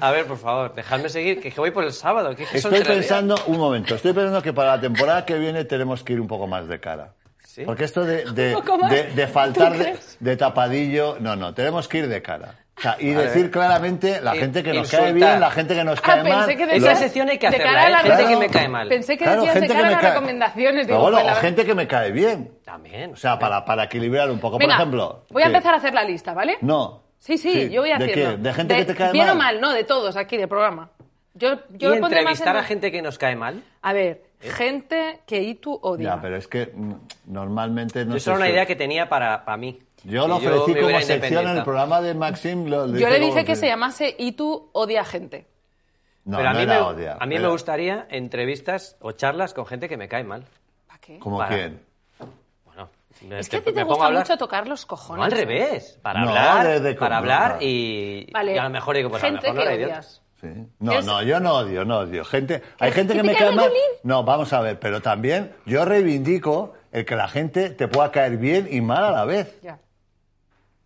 Speaker 4: A ver, por favor, dejadme seguir, que es que voy por el sábado. que es que son
Speaker 3: Estoy
Speaker 4: tres días.
Speaker 3: pensando, un momento, estoy pensando que para la temporada que viene tenemos que ir un poco más de cara.
Speaker 4: ¿Sí?
Speaker 3: Porque esto de, de,
Speaker 2: poco más?
Speaker 3: de- de faltar
Speaker 2: ¿Tú
Speaker 3: de,
Speaker 2: crees?
Speaker 3: de tapadillo, no, no, tenemos que ir de cara. O sea, y decir claramente la
Speaker 4: In-
Speaker 3: gente que nos cae
Speaker 4: insultar.
Speaker 3: bien, la gente que nos
Speaker 2: Ah,
Speaker 3: cae
Speaker 2: pensé
Speaker 3: mal.
Speaker 2: que de-
Speaker 4: Esa
Speaker 2: Claro.
Speaker 4: sección hay que
Speaker 2: De
Speaker 4: hacerla,
Speaker 2: cara a
Speaker 4: ¿eh?
Speaker 2: la
Speaker 4: Gente que
Speaker 3: Claro.
Speaker 4: me cae mal.
Speaker 2: pensé que
Speaker 3: Claro,
Speaker 2: decías de
Speaker 3: gente
Speaker 2: cara
Speaker 3: que
Speaker 2: a
Speaker 3: me
Speaker 2: las
Speaker 3: cae.
Speaker 2: recomendaciones.
Speaker 3: Pero
Speaker 2: Digo,
Speaker 3: bueno,
Speaker 2: pues, la
Speaker 3: o
Speaker 2: verdad-
Speaker 3: gente que me cae bien.
Speaker 4: También.
Speaker 3: O sea, para, para equilibrar un poco.
Speaker 2: Venga,
Speaker 3: Por ejemplo.
Speaker 2: voy a
Speaker 3: sí.
Speaker 2: empezar a hacer la lista, ¿vale?
Speaker 3: No.
Speaker 2: Sí, sí, yo voy a
Speaker 3: ¿De
Speaker 2: hacerlo.
Speaker 3: qué? ¿De gente que te cae
Speaker 2: bien
Speaker 3: mal?
Speaker 2: o mal, no, de todos aquí, del programa. Yo, yo
Speaker 4: y
Speaker 2: lo pondré más en-
Speaker 4: entrevistar a gente que nos cae mal.
Speaker 2: A ver, gente que Itu odia.
Speaker 3: Ya, pero es que mm, normalmente no
Speaker 4: Yo
Speaker 3: sé
Speaker 4: solo una
Speaker 3: si-
Speaker 4: idea que tenía para, para mí.
Speaker 3: Yo lo
Speaker 4: Que
Speaker 3: ofrecí
Speaker 4: me
Speaker 3: como
Speaker 4: hubiera
Speaker 3: sección en el
Speaker 4: independizado.
Speaker 3: programa de Maxim. lo-
Speaker 2: Yo le
Speaker 3: como
Speaker 2: dije que
Speaker 3: ofrecí.
Speaker 2: se llamase Itu odia gente.
Speaker 3: No,
Speaker 4: Pero a
Speaker 3: no
Speaker 4: mí,
Speaker 3: era
Speaker 4: me,
Speaker 3: odia.
Speaker 4: a mí
Speaker 3: era-
Speaker 4: me gustaría entrevistas o charlas con gente que me cae mal.
Speaker 2: ¿Para qué?
Speaker 3: ¿Como
Speaker 4: Para.
Speaker 3: quién?
Speaker 4: Bueno,
Speaker 2: Es
Speaker 4: Te-
Speaker 2: que a ti te
Speaker 4: me pongo a
Speaker 2: gusta
Speaker 4: hablar.
Speaker 2: mucho tocar los
Speaker 4: No,
Speaker 2: cojones.
Speaker 4: al revés. Para
Speaker 3: No,
Speaker 4: hablar,
Speaker 3: desde
Speaker 4: para
Speaker 3: como-
Speaker 4: hablar
Speaker 3: no.
Speaker 4: y,
Speaker 2: Vale.
Speaker 4: y a lo mejor digo, pues
Speaker 2: gente
Speaker 4: a lo mejor no
Speaker 2: que
Speaker 4: era idiota.
Speaker 2: odias.
Speaker 3: Sí. No,
Speaker 2: Es-
Speaker 3: no, yo no odio, no odio. Gente, hay
Speaker 2: ¿Que-
Speaker 3: gente
Speaker 2: que
Speaker 3: que
Speaker 2: te
Speaker 3: me
Speaker 2: cae
Speaker 3: cae mal.
Speaker 2: Jolín?
Speaker 3: No, vamos a ver, pero también yo reivindico el que la gente te pueda caer bien y mal a la vez.
Speaker 2: Ya.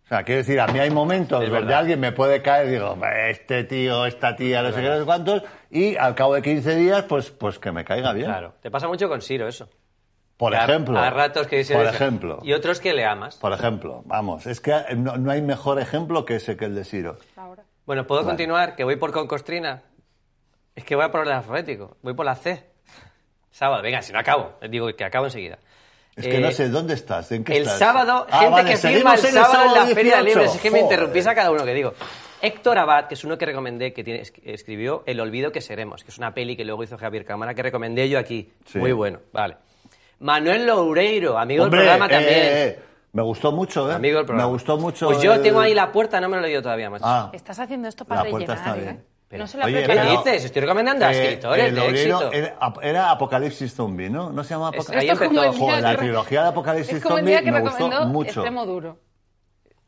Speaker 3: O sea, quiero decir, a mí hay momentos
Speaker 4: Es
Speaker 3: donde
Speaker 4: verdad.
Speaker 3: alguien me puede caer, digo, este tío, esta tía, no sé qué, no sé cuántos, y al cabo de 15 días, pues, pues que me caiga bien.
Speaker 4: Claro. Te pasa mucho con Ciro eso.
Speaker 3: Por
Speaker 4: Que a-
Speaker 3: ejemplo.
Speaker 4: A ratos que dice
Speaker 3: Por
Speaker 4: eso.
Speaker 3: ejemplo.
Speaker 4: Y otros que le amas.
Speaker 3: Por ejemplo, vamos, es que no, no hay mejor ejemplo que ese que el de Ciro.
Speaker 2: Ahora.
Speaker 4: Bueno, ¿puedo continuar? Que voy por Concostrina. Es que voy por el alfabético. Voy por la C. Sábado. Venga, si no acabo. Digo que acabo enseguida.
Speaker 3: Es que
Speaker 4: Eh,
Speaker 3: no sé, ¿dónde estás? ¿En qué
Speaker 4: El
Speaker 3: estás?
Speaker 4: sábado,
Speaker 3: Ah,
Speaker 4: gente
Speaker 3: vale,
Speaker 4: que
Speaker 3: seguimos
Speaker 4: firma el sábado, en la
Speaker 3: 18.
Speaker 4: Feria de Libros. Es que me
Speaker 3: Joder.
Speaker 4: interrumpís a cada uno que digo. Héctor Abad, que es uno que recomendé, que tiene- es- escribió El olvido que seremos, que es una peli que luego hizo Javier Cámara, que recomendé yo aquí.
Speaker 3: Sí.
Speaker 4: Muy bueno, vale. Manuel Loureiro, amigo
Speaker 3: Hombre,
Speaker 4: del programa
Speaker 3: eh,
Speaker 4: también.
Speaker 3: eh, eh, Me gustó mucho, ¿eh?
Speaker 4: Amigo del programa.
Speaker 3: Me gustó mucho.
Speaker 4: Pues yo
Speaker 3: el-
Speaker 4: tengo ahí la puerta, no me lo he leído todavía, macho.
Speaker 3: Ah.
Speaker 2: Estás haciendo esto
Speaker 3: La
Speaker 2: para
Speaker 3: puerta está
Speaker 2: rellenar,
Speaker 3: bien.
Speaker 2: ¿eh? No se
Speaker 3: Pero-
Speaker 2: lo ha
Speaker 3: Oye,
Speaker 4: ¿Qué
Speaker 2: preparado.
Speaker 3: pero-
Speaker 4: dices? Estoy recomendando a
Speaker 3: Eh,
Speaker 4: escritores
Speaker 3: el
Speaker 4: de
Speaker 3: Obrero
Speaker 4: éxito.
Speaker 3: Era, era Apocalipsis Zombie, ¿no? ¿No se llama
Speaker 4: Es-
Speaker 3: Apocalipsis
Speaker 4: ahí
Speaker 2: Esto es como
Speaker 4: empezó.
Speaker 2: el día
Speaker 3: Joder,
Speaker 2: que
Speaker 3: la
Speaker 2: re-
Speaker 3: trilogía de Apocalipsis
Speaker 2: Es como el día
Speaker 3: Zombie
Speaker 2: que
Speaker 3: me gustó
Speaker 2: recomendó
Speaker 3: mucho.
Speaker 2: Extremo Duro.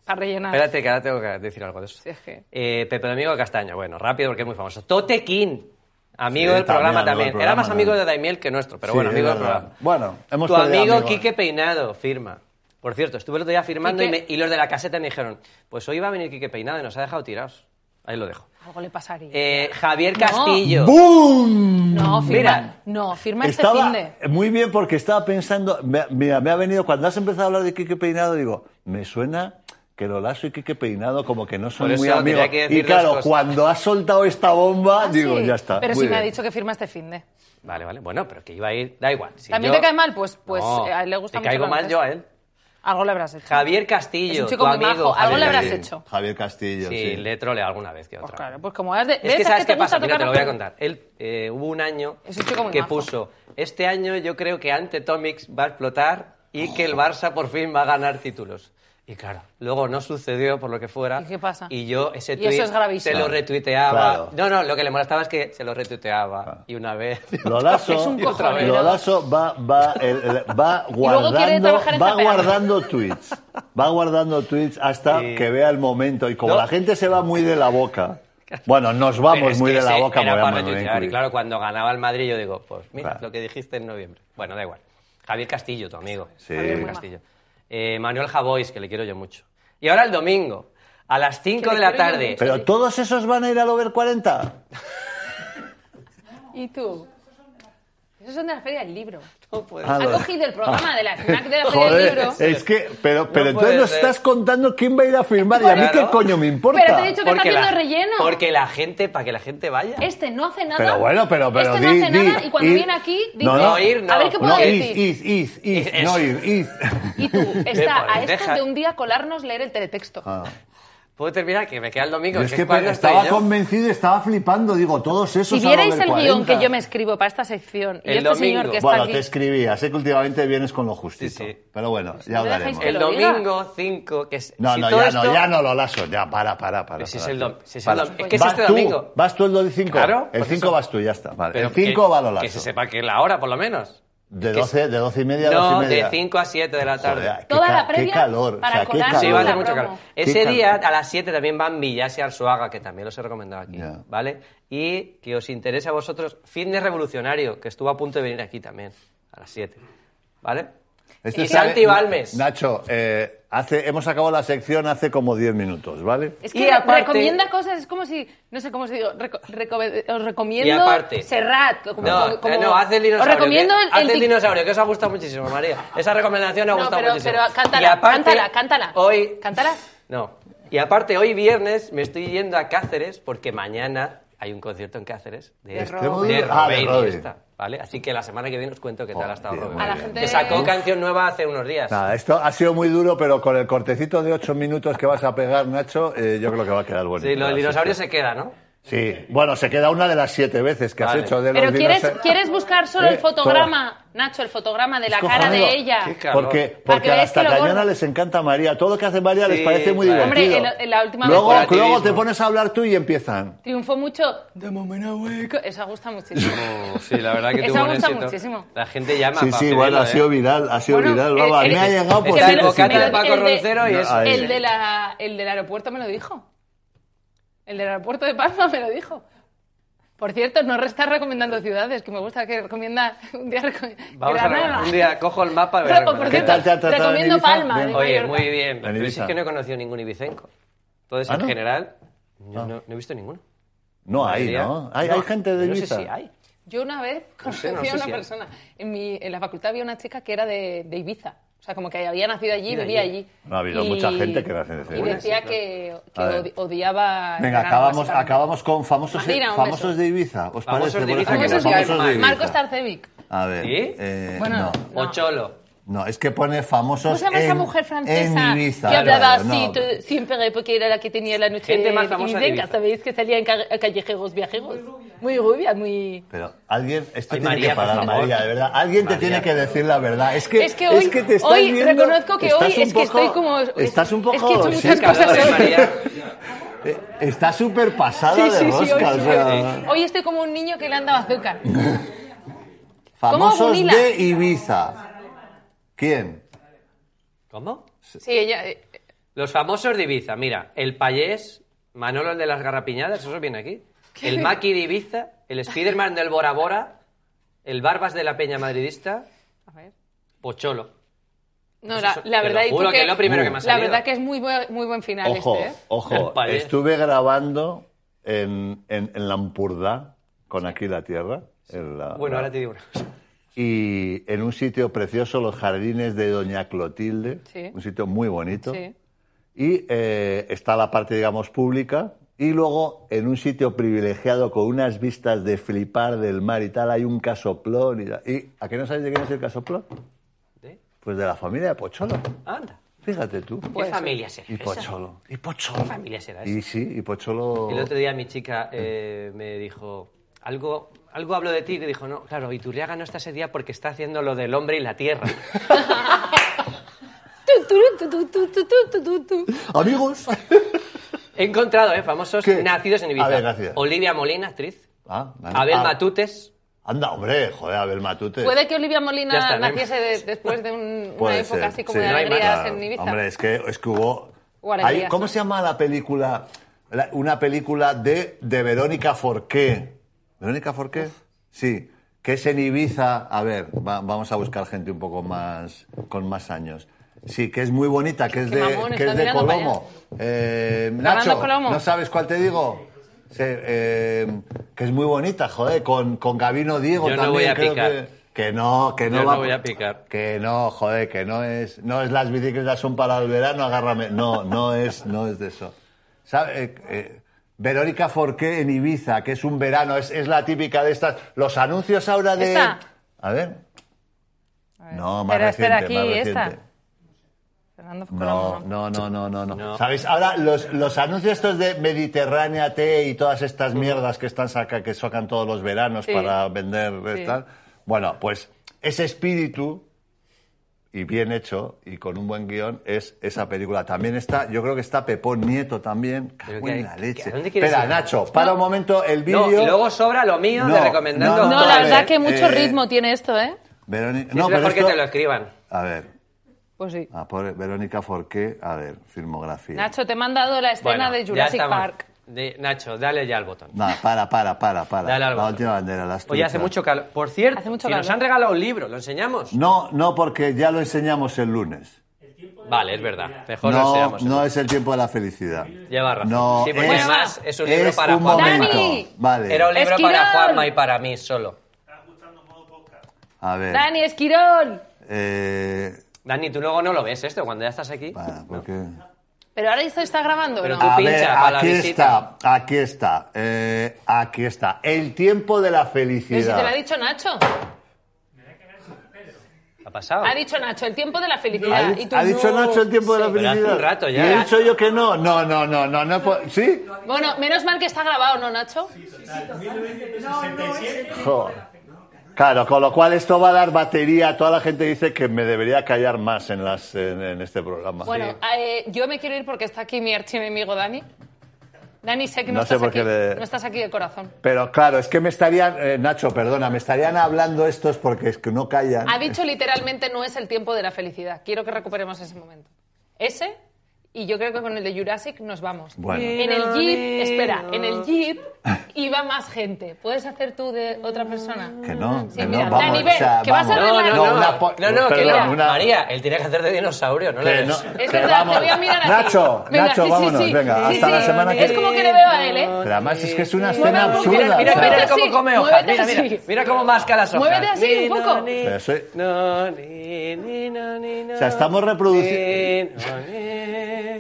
Speaker 2: Para rellenar.
Speaker 4: Espérate, que ahora tengo que decir algo de eso.
Speaker 2: Sí, es que-
Speaker 4: Eh, Pepe Domingo Castaño, bueno, rápido porque es muy famoso. Totequín, amigo
Speaker 3: Sí,
Speaker 4: del programa
Speaker 3: también, amigo
Speaker 4: también.
Speaker 3: del
Speaker 4: Era
Speaker 3: programa,
Speaker 4: más amigo
Speaker 3: ¿no?
Speaker 4: de Daimiel que nuestro, pero
Speaker 3: Sí,
Speaker 4: bueno,
Speaker 3: es
Speaker 4: amigo del
Speaker 3: verdad.
Speaker 4: programa.
Speaker 3: Bueno, hemos
Speaker 4: Tu
Speaker 3: perdido
Speaker 4: amigo
Speaker 3: amigos.
Speaker 4: Quique Peinado firma. Por cierto, estuve el otro día firmando y,
Speaker 2: Quique-
Speaker 4: me- y los de la caseta me dijeron, pues hoy va a venir Quique Peinado y nos ha dejado tirados. Ahí lo dejo.
Speaker 2: Algo le pasaría.
Speaker 4: Eh, Javier Castillo.
Speaker 3: ¡Bum!
Speaker 2: no, firma.
Speaker 4: mira.
Speaker 2: no, firma este fin
Speaker 3: Estaba
Speaker 2: de.
Speaker 3: muy bien porque estaba pensando, me, mira, me ha venido, cuando has empezado a hablar de Quique Peinado, digo, me suena que Lolaso y Quique Peinado como que no son
Speaker 4: Por
Speaker 3: muy
Speaker 4: eso tenía
Speaker 3: amigos.
Speaker 4: que decir
Speaker 3: Y
Speaker 4: dos
Speaker 3: claro,
Speaker 4: cosas.
Speaker 3: cuando has soltado esta bomba,
Speaker 2: Ah,
Speaker 3: digo,
Speaker 2: sí.
Speaker 3: ya está.
Speaker 2: Pero
Speaker 3: muy
Speaker 2: sí me ha
Speaker 3: bien.
Speaker 2: dicho que firma este fin de.
Speaker 4: Vale, vale. Bueno, pero que iba a ir, da igual. Si
Speaker 2: ¿También
Speaker 4: yo-
Speaker 2: te cae mal? Pues- pues,
Speaker 4: No,
Speaker 2: eh, a él le gusta
Speaker 4: me
Speaker 2: mucho
Speaker 4: caigo
Speaker 2: la
Speaker 4: mal
Speaker 2: empresa.
Speaker 4: yo a él.
Speaker 2: Algo le habrás hecho.
Speaker 4: Javier Castillo,
Speaker 2: Es un chico
Speaker 4: tu
Speaker 2: muy
Speaker 4: amigo,
Speaker 2: majo. Algo
Speaker 4: Javier
Speaker 2: le habrás
Speaker 4: Castillo.
Speaker 2: hecho.
Speaker 3: Javier Castillo, sí.
Speaker 4: Sí, le trolea alguna vez que otra.
Speaker 2: Pues claro, pues como es de.
Speaker 4: Es que
Speaker 2: ¿ves?
Speaker 4: sabes
Speaker 2: te
Speaker 4: qué pasa,
Speaker 2: gusta
Speaker 4: mira, te
Speaker 2: tocar
Speaker 4: lo voy a
Speaker 2: todo.
Speaker 4: contar. Él, eh, hubo un año
Speaker 2: Es un chico muy
Speaker 4: que
Speaker 2: majo.
Speaker 4: puso, este año yo creo que ante Tomics va a explotar y que el Barça por fin va a ganar títulos. Y claro, luego no sucedió por lo que fuera.
Speaker 2: ¿Y qué pasa?
Speaker 4: Y yo ese
Speaker 2: Y eso
Speaker 4: tuit
Speaker 2: es gravísimo.
Speaker 4: se lo retuiteaba.
Speaker 3: Claro.
Speaker 4: No, no, lo que le molestaba es que se lo retuiteaba. Y una vez...
Speaker 2: Es
Speaker 3: Lolaso,
Speaker 2: un cojonero.
Speaker 3: Lolaso va, va, el- el- va
Speaker 2: luego quiere
Speaker 3: guardando,
Speaker 2: trabajar en
Speaker 3: va
Speaker 2: CPA.
Speaker 3: guardando tweets. Va guardando tweets hasta
Speaker 4: Sí.
Speaker 3: que vea el momento. Y como
Speaker 4: No.
Speaker 3: la gente se va muy de la boca. Bueno, nos vamos
Speaker 4: Pero es
Speaker 3: muy
Speaker 4: que
Speaker 3: de la
Speaker 4: ese
Speaker 3: boca, me
Speaker 4: era
Speaker 3: voy a
Speaker 4: para
Speaker 3: mandar
Speaker 4: retuitear,
Speaker 3: incluir.
Speaker 4: Y claro, cuando ganaba el Madrid yo digo, pues mira
Speaker 3: Claro.
Speaker 4: lo que dijiste en noviembre. Bueno, da igual. Javier Castillo, tu amigo.
Speaker 3: Sí.
Speaker 4: Javier Castillo. Eh, Manuel Javois, que le quiero yo mucho. Y ahora el domingo, a las 5
Speaker 2: Que le
Speaker 4: de la
Speaker 2: quiero yo
Speaker 4: tarde.
Speaker 2: mucho.
Speaker 3: Pero todos esos van a ir al over 40.
Speaker 2: ¿Y tú? Esos son de la Feria del Libro.
Speaker 4: No puede
Speaker 3: Ah,
Speaker 4: ser.
Speaker 2: Ha
Speaker 3: lo-
Speaker 2: cogido el programa de la FNAC de la Feria del
Speaker 3: Joder,
Speaker 2: Libro.
Speaker 3: es que, pero, pero
Speaker 4: No
Speaker 3: entonces
Speaker 4: puede
Speaker 3: nos
Speaker 4: ser.
Speaker 3: estás contando quién va a ir a firmar y a mí
Speaker 4: Claro.
Speaker 3: qué coño me importa.
Speaker 2: Pero te he dicho que está haciendo relleno.
Speaker 4: Porque la gente, para que la gente vaya.
Speaker 2: Este no hace nada.
Speaker 3: Pero bueno, pero- pero
Speaker 2: Este no
Speaker 3: di-
Speaker 2: hace nada
Speaker 3: di-
Speaker 2: y cuando
Speaker 3: di-
Speaker 2: viene aquí dice.
Speaker 3: No,
Speaker 4: no, ir no.
Speaker 2: A ver qué puedo
Speaker 3: No,
Speaker 2: decir.
Speaker 3: ir, ir, ir, ir,
Speaker 4: Eso.
Speaker 3: no ir, ir.
Speaker 2: Y tú, está a
Speaker 4: pones,
Speaker 2: esto
Speaker 4: deja.
Speaker 2: de un día colarnos leer el teletexto.
Speaker 3: Ah.
Speaker 4: Puedo terminar que me queda el domingo.
Speaker 3: Yo es que
Speaker 4: cuando estoy
Speaker 3: estaba
Speaker 4: yo.
Speaker 3: convencido, estaba flipando, digo, todos esos
Speaker 2: si
Speaker 3: al
Speaker 2: vierais
Speaker 3: over
Speaker 2: el guión
Speaker 3: 40.
Speaker 2: que yo me escribo para esta sección y
Speaker 4: El
Speaker 2: este señor
Speaker 4: domingo.
Speaker 2: que está
Speaker 3: Bueno,
Speaker 2: aquí.
Speaker 3: te escribía, sé que últimamente vienes con lo justito,
Speaker 4: Sí, sí.
Speaker 3: pero bueno, ya
Speaker 2: no dejáis
Speaker 3: hablaremos.
Speaker 2: que
Speaker 4: El
Speaker 2: lo diga.
Speaker 4: domingo 5, que es.
Speaker 3: No,
Speaker 4: si
Speaker 3: no,
Speaker 4: todo
Speaker 3: ya
Speaker 4: esto- Pues
Speaker 3: no, ya no lo lazo, ya, para, para, para.
Speaker 4: Si es
Speaker 3: para,
Speaker 4: el
Speaker 3: tío.
Speaker 4: dom- si es el
Speaker 3: Para.
Speaker 4: dom- es que es
Speaker 3: Vas
Speaker 4: este
Speaker 3: tú,
Speaker 4: domingo.
Speaker 3: Vas tú el do- el 5,
Speaker 4: Claro,
Speaker 3: el
Speaker 4: por
Speaker 3: 5
Speaker 4: eso.
Speaker 3: vas tú, ya está, vale.
Speaker 4: Pero
Speaker 3: el 5
Speaker 4: que-
Speaker 3: va lo lazo.
Speaker 4: Que se sepa que es la hora, por lo menos.
Speaker 3: De
Speaker 4: que
Speaker 3: 12, de 12 y media a 2
Speaker 4: No,
Speaker 3: y media.
Speaker 4: de 5 a 7 de la tarde.
Speaker 3: Joder, qué
Speaker 2: Toda la
Speaker 3: ca- qué
Speaker 2: previa
Speaker 3: calor,
Speaker 2: para
Speaker 3: o sea, qué
Speaker 2: colarnos
Speaker 4: Ah, Sí,
Speaker 3: calor.
Speaker 4: va a hacer
Speaker 2: la
Speaker 4: mucho
Speaker 2: promo.
Speaker 4: calor.
Speaker 3: Qué
Speaker 4: Ese
Speaker 3: calor.
Speaker 4: día, a las 7, también van Villas y Arzuaga, que también los he recomendado aquí,
Speaker 3: Ya.
Speaker 4: ¿vale? Y que os interese a vosotros, Fitness Revolucionario, que estuvo a punto de venir aquí también, a las 7, ¿vale?
Speaker 3: Este
Speaker 4: y
Speaker 3: sabe-
Speaker 4: Santi Balmes.
Speaker 3: Nacho, eh, hace, hemos acabado la sección hace como 10 minutos, ¿vale?
Speaker 2: Es
Speaker 4: Y
Speaker 2: que re-
Speaker 4: aparte-
Speaker 2: recomienda cosas, es como si, no sé cómo se digo, reco- reco- os recomiendo
Speaker 4: Y aparte-
Speaker 2: Serrat. Como,
Speaker 4: No,
Speaker 2: como-
Speaker 4: eh, no, haz el dinosaurio.
Speaker 2: Os recomiendo
Speaker 4: que-
Speaker 2: el,
Speaker 4: haz
Speaker 2: el
Speaker 4: el
Speaker 2: tic-
Speaker 4: dinosaurio, que os ha gustado muchísimo, María. Esa recomendación os ha
Speaker 2: No,
Speaker 4: gustado
Speaker 2: pero,
Speaker 4: muchísimo.
Speaker 2: pero cántala,
Speaker 4: Y aparte,
Speaker 2: cántala, cántala.
Speaker 4: Hoy,
Speaker 2: Cántala.
Speaker 4: No. Y aparte, hoy viernes me estoy yendo a Cáceres porque mañana hay un concierto en Cáceres de,
Speaker 2: De
Speaker 3: Extremo
Speaker 4: de
Speaker 3: duro. Ah, de
Speaker 4: Robaine,
Speaker 3: Robaine.
Speaker 4: esta, ¿vale? Así que la semana que viene os cuento qué tal ha estado
Speaker 3: Joder,
Speaker 4: Robaine.
Speaker 3: muy
Speaker 2: A la
Speaker 3: bien.
Speaker 2: gente-
Speaker 4: Que sacó canción nueva hace unos días.
Speaker 3: Nada, esto ha sido muy duro, pero con el cortecito de 8 minutos que vas a pegar, Nacho, eh, yo creo que va a quedar bonito.
Speaker 4: Sí, lo del
Speaker 3: Así
Speaker 4: dinosaurio
Speaker 3: que-
Speaker 4: se queda, ¿no?
Speaker 3: Sí, bueno, se queda una de las siete veces que
Speaker 4: Vale.
Speaker 3: has hecho de los
Speaker 2: Pero quieres,
Speaker 3: dinosaurios.
Speaker 2: quieres buscar solo
Speaker 3: Eh,
Speaker 2: el fotograma, Nacho, el fotograma de la
Speaker 3: Escoja
Speaker 2: cara
Speaker 3: algo.
Speaker 2: de ella.
Speaker 4: Qué ca- Claro.
Speaker 3: Porque,
Speaker 2: Para
Speaker 3: porque
Speaker 2: que
Speaker 3: a
Speaker 2: veas
Speaker 3: las
Speaker 2: que lo
Speaker 3: tacañonas
Speaker 2: gordo-
Speaker 3: les encanta María. Todo lo que hace María les
Speaker 4: Sí,
Speaker 3: parece muy
Speaker 4: claro.
Speaker 2: Hombre,
Speaker 3: divertido.
Speaker 2: en- en la última
Speaker 3: luego,
Speaker 4: vez-
Speaker 3: luego te
Speaker 4: Corporativismo.
Speaker 3: pones a hablar tú y empiezan.
Speaker 2: Triunfó mucho. Esa gusta muchísimo.
Speaker 4: Oh, sí, la verdad que
Speaker 2: Esa
Speaker 4: tuvo un
Speaker 2: gusta
Speaker 4: éxito.
Speaker 2: muchísimo.
Speaker 4: La gente llama.
Speaker 3: Sí,
Speaker 4: para
Speaker 3: sí,
Speaker 4: pedirlo,
Speaker 3: bueno, ha
Speaker 4: ¿eh?
Speaker 3: sido viral, ha sido
Speaker 2: Bueno,
Speaker 3: viral.
Speaker 2: el-
Speaker 3: Vamos, a mí
Speaker 2: el-
Speaker 3: me ha llegado por
Speaker 4: es
Speaker 2: que
Speaker 4: el
Speaker 2: me lo-
Speaker 4: bocata
Speaker 2: me lo-
Speaker 4: de Paco
Speaker 2: el
Speaker 4: Roncero y
Speaker 3: No,
Speaker 4: es-
Speaker 3: ahí.
Speaker 2: El, de la, el del aeropuerto me lo dijo. El del aeropuerto de Palma me lo dijo. Por cierto, no estás recomendando ciudades, que me gusta que recomienda un día reco-
Speaker 4: Vamos a
Speaker 2: Granada.
Speaker 4: ver, un día cojo el mapa. voy a
Speaker 2: Por
Speaker 4: recordar.
Speaker 3: ¿Qué
Speaker 2: cierto,
Speaker 3: tal te ha tratado en
Speaker 2: recomiendo
Speaker 3: Ibiza?
Speaker 2: Palma.
Speaker 3: Bien.
Speaker 2: de
Speaker 4: Oye,
Speaker 2: Mallorca.
Speaker 4: muy bien.
Speaker 3: En
Speaker 4: Pero si es
Speaker 3: Ibiza.
Speaker 4: que no he conocido ningún ibicenco. Entonces,
Speaker 3: ¿Ah,
Speaker 4: en
Speaker 3: no?
Speaker 4: general, yo no, no he visto ninguno.
Speaker 3: No, ahí,
Speaker 4: Mayoría-
Speaker 3: ¿no? Hay,
Speaker 4: No,
Speaker 3: hay gente de
Speaker 4: yo
Speaker 3: Ibiza.
Speaker 4: No sé si hay.
Speaker 2: Yo una vez conocí
Speaker 4: sé, no
Speaker 2: a
Speaker 4: sé
Speaker 2: una
Speaker 4: si hay.
Speaker 2: persona. En, mi, en la facultad había una chica que era de, de Ibiza. O sea, como que había nacido allí y vivía allí.
Speaker 3: No, ha habido mucha gente que nace en ese
Speaker 2: Y
Speaker 3: lugar.
Speaker 2: decía que, que
Speaker 3: A ver.
Speaker 2: odi- odiaba... el
Speaker 3: Venga,
Speaker 2: verano
Speaker 3: acabamos,
Speaker 2: bastante.
Speaker 3: acabamos con famosos,
Speaker 2: Imagina, un
Speaker 3: famosos
Speaker 2: beso.
Speaker 3: de Ibiza. ¿Os
Speaker 4: Famosos
Speaker 3: parece?
Speaker 4: de
Speaker 3: Buena
Speaker 4: Ibiza,
Speaker 3: gente,
Speaker 4: que
Speaker 2: Famosos
Speaker 4: no
Speaker 2: de
Speaker 4: caen
Speaker 3: famosos
Speaker 4: mal.
Speaker 3: de Ibiza.
Speaker 2: Marcos Tarcevic.
Speaker 3: A ver.
Speaker 4: ¿Sí?
Speaker 3: eh,
Speaker 2: Bueno,
Speaker 3: no.
Speaker 4: O Cholo.
Speaker 3: No, es que pone famosos.
Speaker 2: ¿Cómo se llama esa
Speaker 3: en-
Speaker 2: mujer francesa
Speaker 3: En Ibiza.
Speaker 2: que hablaba
Speaker 3: claro,
Speaker 2: así
Speaker 3: no.
Speaker 2: todo- siempre porque era la que tenía la noche
Speaker 4: Gente más famosa de
Speaker 2: ibicenca,
Speaker 4: Ibiza.
Speaker 2: ¿Sabéis? Que salía en ca- callejeros viajeros. Muy rubia, muy...
Speaker 3: Pero alguien, esto
Speaker 4: Ay,
Speaker 3: tiene
Speaker 4: María,
Speaker 3: que
Speaker 4: por
Speaker 3: parar,
Speaker 4: favor.
Speaker 3: María, de verdad. Alguien
Speaker 4: María.
Speaker 3: te tiene que decir la verdad. Es que,
Speaker 2: Es que hoy-
Speaker 3: te estás
Speaker 2: hoy
Speaker 3: viendo-
Speaker 2: reconozco que
Speaker 3: estás
Speaker 2: hoy
Speaker 3: un
Speaker 2: es que
Speaker 3: poco-
Speaker 2: estoy como-
Speaker 3: Estás un poco.
Speaker 2: es que he hecho
Speaker 3: sí,
Speaker 2: muchas cosas
Speaker 3: cabrón,
Speaker 2: hoy.
Speaker 3: María. Eh, Está súper pasada de
Speaker 2: hoy,
Speaker 3: rosca, o sea,
Speaker 2: hoy- hoy estoy como un niño que le han dado azúcar.
Speaker 3: Famosos
Speaker 2: Bonilla?
Speaker 3: de Ibiza. ¿Quién?
Speaker 4: ¿Cómo?
Speaker 2: Sí, ella... eh,
Speaker 4: Los famosos de Ibiza. Mira, el payés, Manolo el de las garrapiñadas, eso viene aquí. El Maki de Ibiza, el Spiderman del Bora Bora, el Barbas de la Peña Madridista,
Speaker 2: A ver.
Speaker 4: Pocholo.
Speaker 2: No,
Speaker 4: Pues
Speaker 2: la,
Speaker 4: eso,
Speaker 2: la
Speaker 4: te
Speaker 2: verdad...
Speaker 4: lo
Speaker 2: y tú
Speaker 4: juro que es lo primero que me ha
Speaker 2: La
Speaker 4: salido.
Speaker 2: verdad que es muy, buen- muy buen final
Speaker 3: Ojo,
Speaker 2: este, ¿eh?
Speaker 4: El
Speaker 3: ojo.
Speaker 4: payés.
Speaker 3: Estuve grabando en, en, en Lampurdá, con aquí la tierra. en la-
Speaker 4: Bueno,
Speaker 3: la-
Speaker 4: ahora te digo una cosa.
Speaker 3: Y en un sitio precioso, los jardines de Doña Clotilde.
Speaker 2: Sí.
Speaker 3: Un sitio muy bonito.
Speaker 2: Sí.
Speaker 3: Y eh, está la parte, digamos, pública. Y luego, en un sitio privilegiado con unas vistas de flipar del mar y tal, hay un casoplón. ¿Y, y- a qué no sabéis de quién es el casoplón?
Speaker 4: ¿Sí?
Speaker 3: Pues de la familia de Pocholo.
Speaker 4: ¿Eh? Anda.
Speaker 3: Fíjate tú.
Speaker 4: ¿Qué
Speaker 2: Pues-
Speaker 4: familia será
Speaker 3: Y
Speaker 4: esa?
Speaker 3: Pocholo. Y Pocholo.
Speaker 4: ¿Qué familia será esa?
Speaker 3: Y sí, y pues Pocholo.
Speaker 4: El otro día mi chica eh, me dijo, algo, algo hablo de ti, que dijo, no, claro, Iturriaga no está ese día porque está haciendo lo del hombre y la tierra.
Speaker 2: Tu, tu, tu, tu, tu, tu, tu, tu, tu.
Speaker 3: Amigos.
Speaker 4: He encontrado, ¿eh? Famosos
Speaker 3: ¿Qué?
Speaker 4: nacidos en Ibiza.
Speaker 3: A ver, gracias.
Speaker 4: Olivia Molina, actriz.
Speaker 3: Ah, vale.
Speaker 4: Abel
Speaker 3: Ah.
Speaker 4: Matutes.
Speaker 3: Anda, hombre, joder, Abel Matute.
Speaker 2: Puede que Olivia
Speaker 4: Ya
Speaker 2: Molina
Speaker 4: está, ¿no?
Speaker 2: naciese de- después de un- una
Speaker 3: Puede
Speaker 2: época
Speaker 3: ser,
Speaker 2: así como
Speaker 3: sí.
Speaker 2: de
Speaker 4: No hay más.
Speaker 2: alegrías
Speaker 3: Claro.
Speaker 2: en Ibiza.
Speaker 3: Hombre, es que, es que hubo...
Speaker 2: O alegrías,
Speaker 3: Hay- ¿Cómo
Speaker 2: ¿no?
Speaker 3: se llama la película? La- una película de, de Verónica Forqué. ¿Verónica Forqué? Sí. Que es en Ibiza... A ver, va- vamos a buscar gente un poco más... con más años. Sí, que es muy bonita, que es
Speaker 2: Qué
Speaker 3: de,
Speaker 2: mamón,
Speaker 3: que
Speaker 2: está
Speaker 3: es de
Speaker 2: mirando para
Speaker 3: Colomo. Eh,
Speaker 2: Fernando
Speaker 3: Nacho,
Speaker 2: Colomo.
Speaker 3: ¿no sabes cuál te digo? Sí, eh, que es muy bonita, joder, con, con Gabino Diego
Speaker 4: Yo no
Speaker 3: también.
Speaker 4: voy a
Speaker 3: creo
Speaker 4: picar.
Speaker 3: Que, que no, que no
Speaker 4: Yo
Speaker 3: va...
Speaker 4: no voy a picar.
Speaker 3: Que no, joder, que no es, no es las bicicletas son para el verano, agárrame. No, no es, no es de eso. ¿Sabe? Eh, eh, Verónica Forqué en Ibiza, que es un verano, es, es la típica de estas. Los anuncios ahora de.
Speaker 2: ¿Esta?
Speaker 3: A ver. No, más
Speaker 2: Espera, espera,
Speaker 3: reciente,
Speaker 2: aquí,
Speaker 3: más
Speaker 2: esta.
Speaker 3: reciente.
Speaker 2: Fernando Colomo,
Speaker 3: No, no, no, no, no, no.
Speaker 4: No.
Speaker 3: ¿Sabéis? Ahora los, los anuncios estos de Mediterránea T y todas estas mierdas que están saca, que sacan todos los veranos
Speaker 2: Sí.
Speaker 3: para vender eh,
Speaker 2: Sí.
Speaker 3: tal. Bueno, pues ese espíritu y bien hecho y con un buen guión es esa película. También está, yo creo que está Pepón Nieto también.
Speaker 4: Pero
Speaker 3: Cago
Speaker 4: que-
Speaker 3: en la
Speaker 4: que-
Speaker 3: leche.
Speaker 4: ¿a dónde quieres
Speaker 3: Espera,
Speaker 4: ir?
Speaker 3: Nacho, para un momento el
Speaker 4: No, y
Speaker 3: vídeo.
Speaker 4: luego sobra lo mío de
Speaker 3: No,
Speaker 4: recomendando.
Speaker 3: no,
Speaker 2: No,
Speaker 3: no,
Speaker 2: la
Speaker 3: a
Speaker 2: verdad
Speaker 3: ver,
Speaker 2: que mucho
Speaker 3: eh,
Speaker 2: ritmo tiene esto, ¿eh?
Speaker 3: Verónica-
Speaker 4: es
Speaker 3: no, pero
Speaker 4: mejor que
Speaker 3: esto-
Speaker 4: te lo escriban.
Speaker 3: A ver,
Speaker 2: Pues sí.
Speaker 3: a por Verónica Forqué, a ver, filmografía.
Speaker 2: Nacho, te he mandado la escena
Speaker 4: Bueno,
Speaker 2: de
Speaker 4: ya
Speaker 2: Jurassic
Speaker 4: estamos.
Speaker 2: Park.
Speaker 4: De- Nacho, dale ya al botón.
Speaker 3: No, para, para, para, para.
Speaker 4: Dale al
Speaker 3: la
Speaker 4: botón.
Speaker 3: última bandera, la
Speaker 4: Oye,
Speaker 3: asturiana.
Speaker 4: hace mucho calor. Por cierto,
Speaker 2: Hace mucho
Speaker 4: si nos
Speaker 2: calor.
Speaker 4: han regalado un libro, ¿lo enseñamos?
Speaker 3: No, no, porque ya lo enseñamos el lunes.
Speaker 4: Vale, es verdad. Mejor lo
Speaker 3: No,
Speaker 4: enseñamos.
Speaker 3: no es el tiempo de la felicidad.
Speaker 4: Lleva razón.
Speaker 3: No,
Speaker 4: Sí, porque
Speaker 3: es,
Speaker 4: además es un libro para
Speaker 3: un
Speaker 4: Juanma.
Speaker 3: momento.
Speaker 2: ¡Dani!
Speaker 3: Vale.
Speaker 4: Era un libro
Speaker 2: Esquirol.
Speaker 4: para Juanma y para mí solo.
Speaker 3: A ver.
Speaker 2: Dani Esquirol.
Speaker 3: Eh,
Speaker 4: Dani, tú luego no lo ves esto cuando ya estás aquí.
Speaker 3: para, porque...
Speaker 2: Pero ahora esto está grabando,
Speaker 4: Pero
Speaker 2: ¿no?
Speaker 4: tú-
Speaker 3: A
Speaker 4: pincha
Speaker 3: ver,
Speaker 4: para la
Speaker 3: aquí
Speaker 4: visita.
Speaker 3: está, aquí está, eh, aquí está. El tiempo de la
Speaker 2: Pero ¿Eh, si te lo
Speaker 3: felicidad.
Speaker 2: ha dicho Nacho.
Speaker 4: Ha pasado.
Speaker 2: Ha dicho Nacho, el tiempo de la
Speaker 3: ¿Ha,
Speaker 2: felicidad.
Speaker 3: di-
Speaker 2: y tú,
Speaker 3: ha dicho
Speaker 2: no.
Speaker 3: Nacho el tiempo de la
Speaker 4: Pero
Speaker 3: felicidad?
Speaker 4: hace un rato ya.
Speaker 3: ¿Y he dicho yo que no? No, no, no, no. no po- ¿Sí?
Speaker 2: Bueno, menos mal que está grabado, ¿no, Nacho?
Speaker 3: Jo. Claro, con lo cual esto va a dar batería. Toda la gente dice que me debería callar más en, las, en, en este programa.
Speaker 2: Bueno, eh, yo me quiero ir porque está aquí mi archienemigo Dani. Dani, sé que no,
Speaker 3: No sé
Speaker 2: estás
Speaker 3: por qué
Speaker 2: aquí,
Speaker 3: le-
Speaker 2: no estás aquí de corazón.
Speaker 3: Pero claro, es que me estarían, eh, Nacho, perdona, me estarían hablando estos porque es que no callan.
Speaker 2: Ha dicho literalmente no es el tiempo de la felicidad. Quiero que recuperemos ese momento. Ese, y yo creo que con el de Jurassic nos vamos.
Speaker 3: Bueno.
Speaker 2: En el jeep, espera, en el jeep iba más gente. ¿Puedes hacer tú de otra persona?
Speaker 3: Que no,
Speaker 2: Sí,
Speaker 3: que
Speaker 2: mira,
Speaker 3: no, vamos,
Speaker 2: Dani, ven,
Speaker 3: o sea,
Speaker 2: que vas a
Speaker 3: vamos.
Speaker 4: No, no,
Speaker 2: arreglar-
Speaker 4: no. No,
Speaker 3: una po-
Speaker 4: no, no, que
Speaker 3: perdón,
Speaker 4: no.
Speaker 3: una-
Speaker 4: María, él tiene que hacer de dinosaurio, no
Speaker 3: Que
Speaker 4: le
Speaker 3: no-
Speaker 4: ves.
Speaker 2: Es
Speaker 3: que
Speaker 2: verdad,
Speaker 3: vamos.
Speaker 2: te voy a mirar a ti.
Speaker 3: Nacho,
Speaker 2: Venga,
Speaker 3: Nacho,
Speaker 2: sí, sí,
Speaker 3: vámonos,
Speaker 2: sí.
Speaker 3: venga,
Speaker 2: Sí,
Speaker 3: hasta
Speaker 2: sí.
Speaker 3: la semana que
Speaker 2: Es como que le veo a él, ¿eh?
Speaker 3: Pero además es que es una
Speaker 2: Mueve
Speaker 3: escena
Speaker 2: un poco,
Speaker 3: absurda.
Speaker 4: Mira,
Speaker 3: o sea,
Speaker 4: mira
Speaker 2: Muévete
Speaker 4: cómo
Speaker 2: así,
Speaker 4: come hojas.
Speaker 2: muévete
Speaker 4: Mira,
Speaker 2: así.
Speaker 4: mira, mira cómo masca las hojas.
Speaker 2: Muévete así un
Speaker 4: Ni, no,
Speaker 2: poco.
Speaker 4: ni,
Speaker 3: Pero soy-
Speaker 4: no, ni, ni, no, ni, no,
Speaker 3: O sea, estamos reproduci-
Speaker 4: ni, no, ni,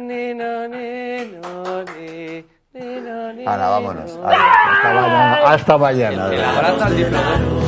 Speaker 4: ni, no, ni, no, ni, ni, no, ni,
Speaker 3: Ahora
Speaker 4: no.
Speaker 3: vámonos. Adiós. Hasta mañana. Hasta mañana.
Speaker 4: El abrazo al diploma.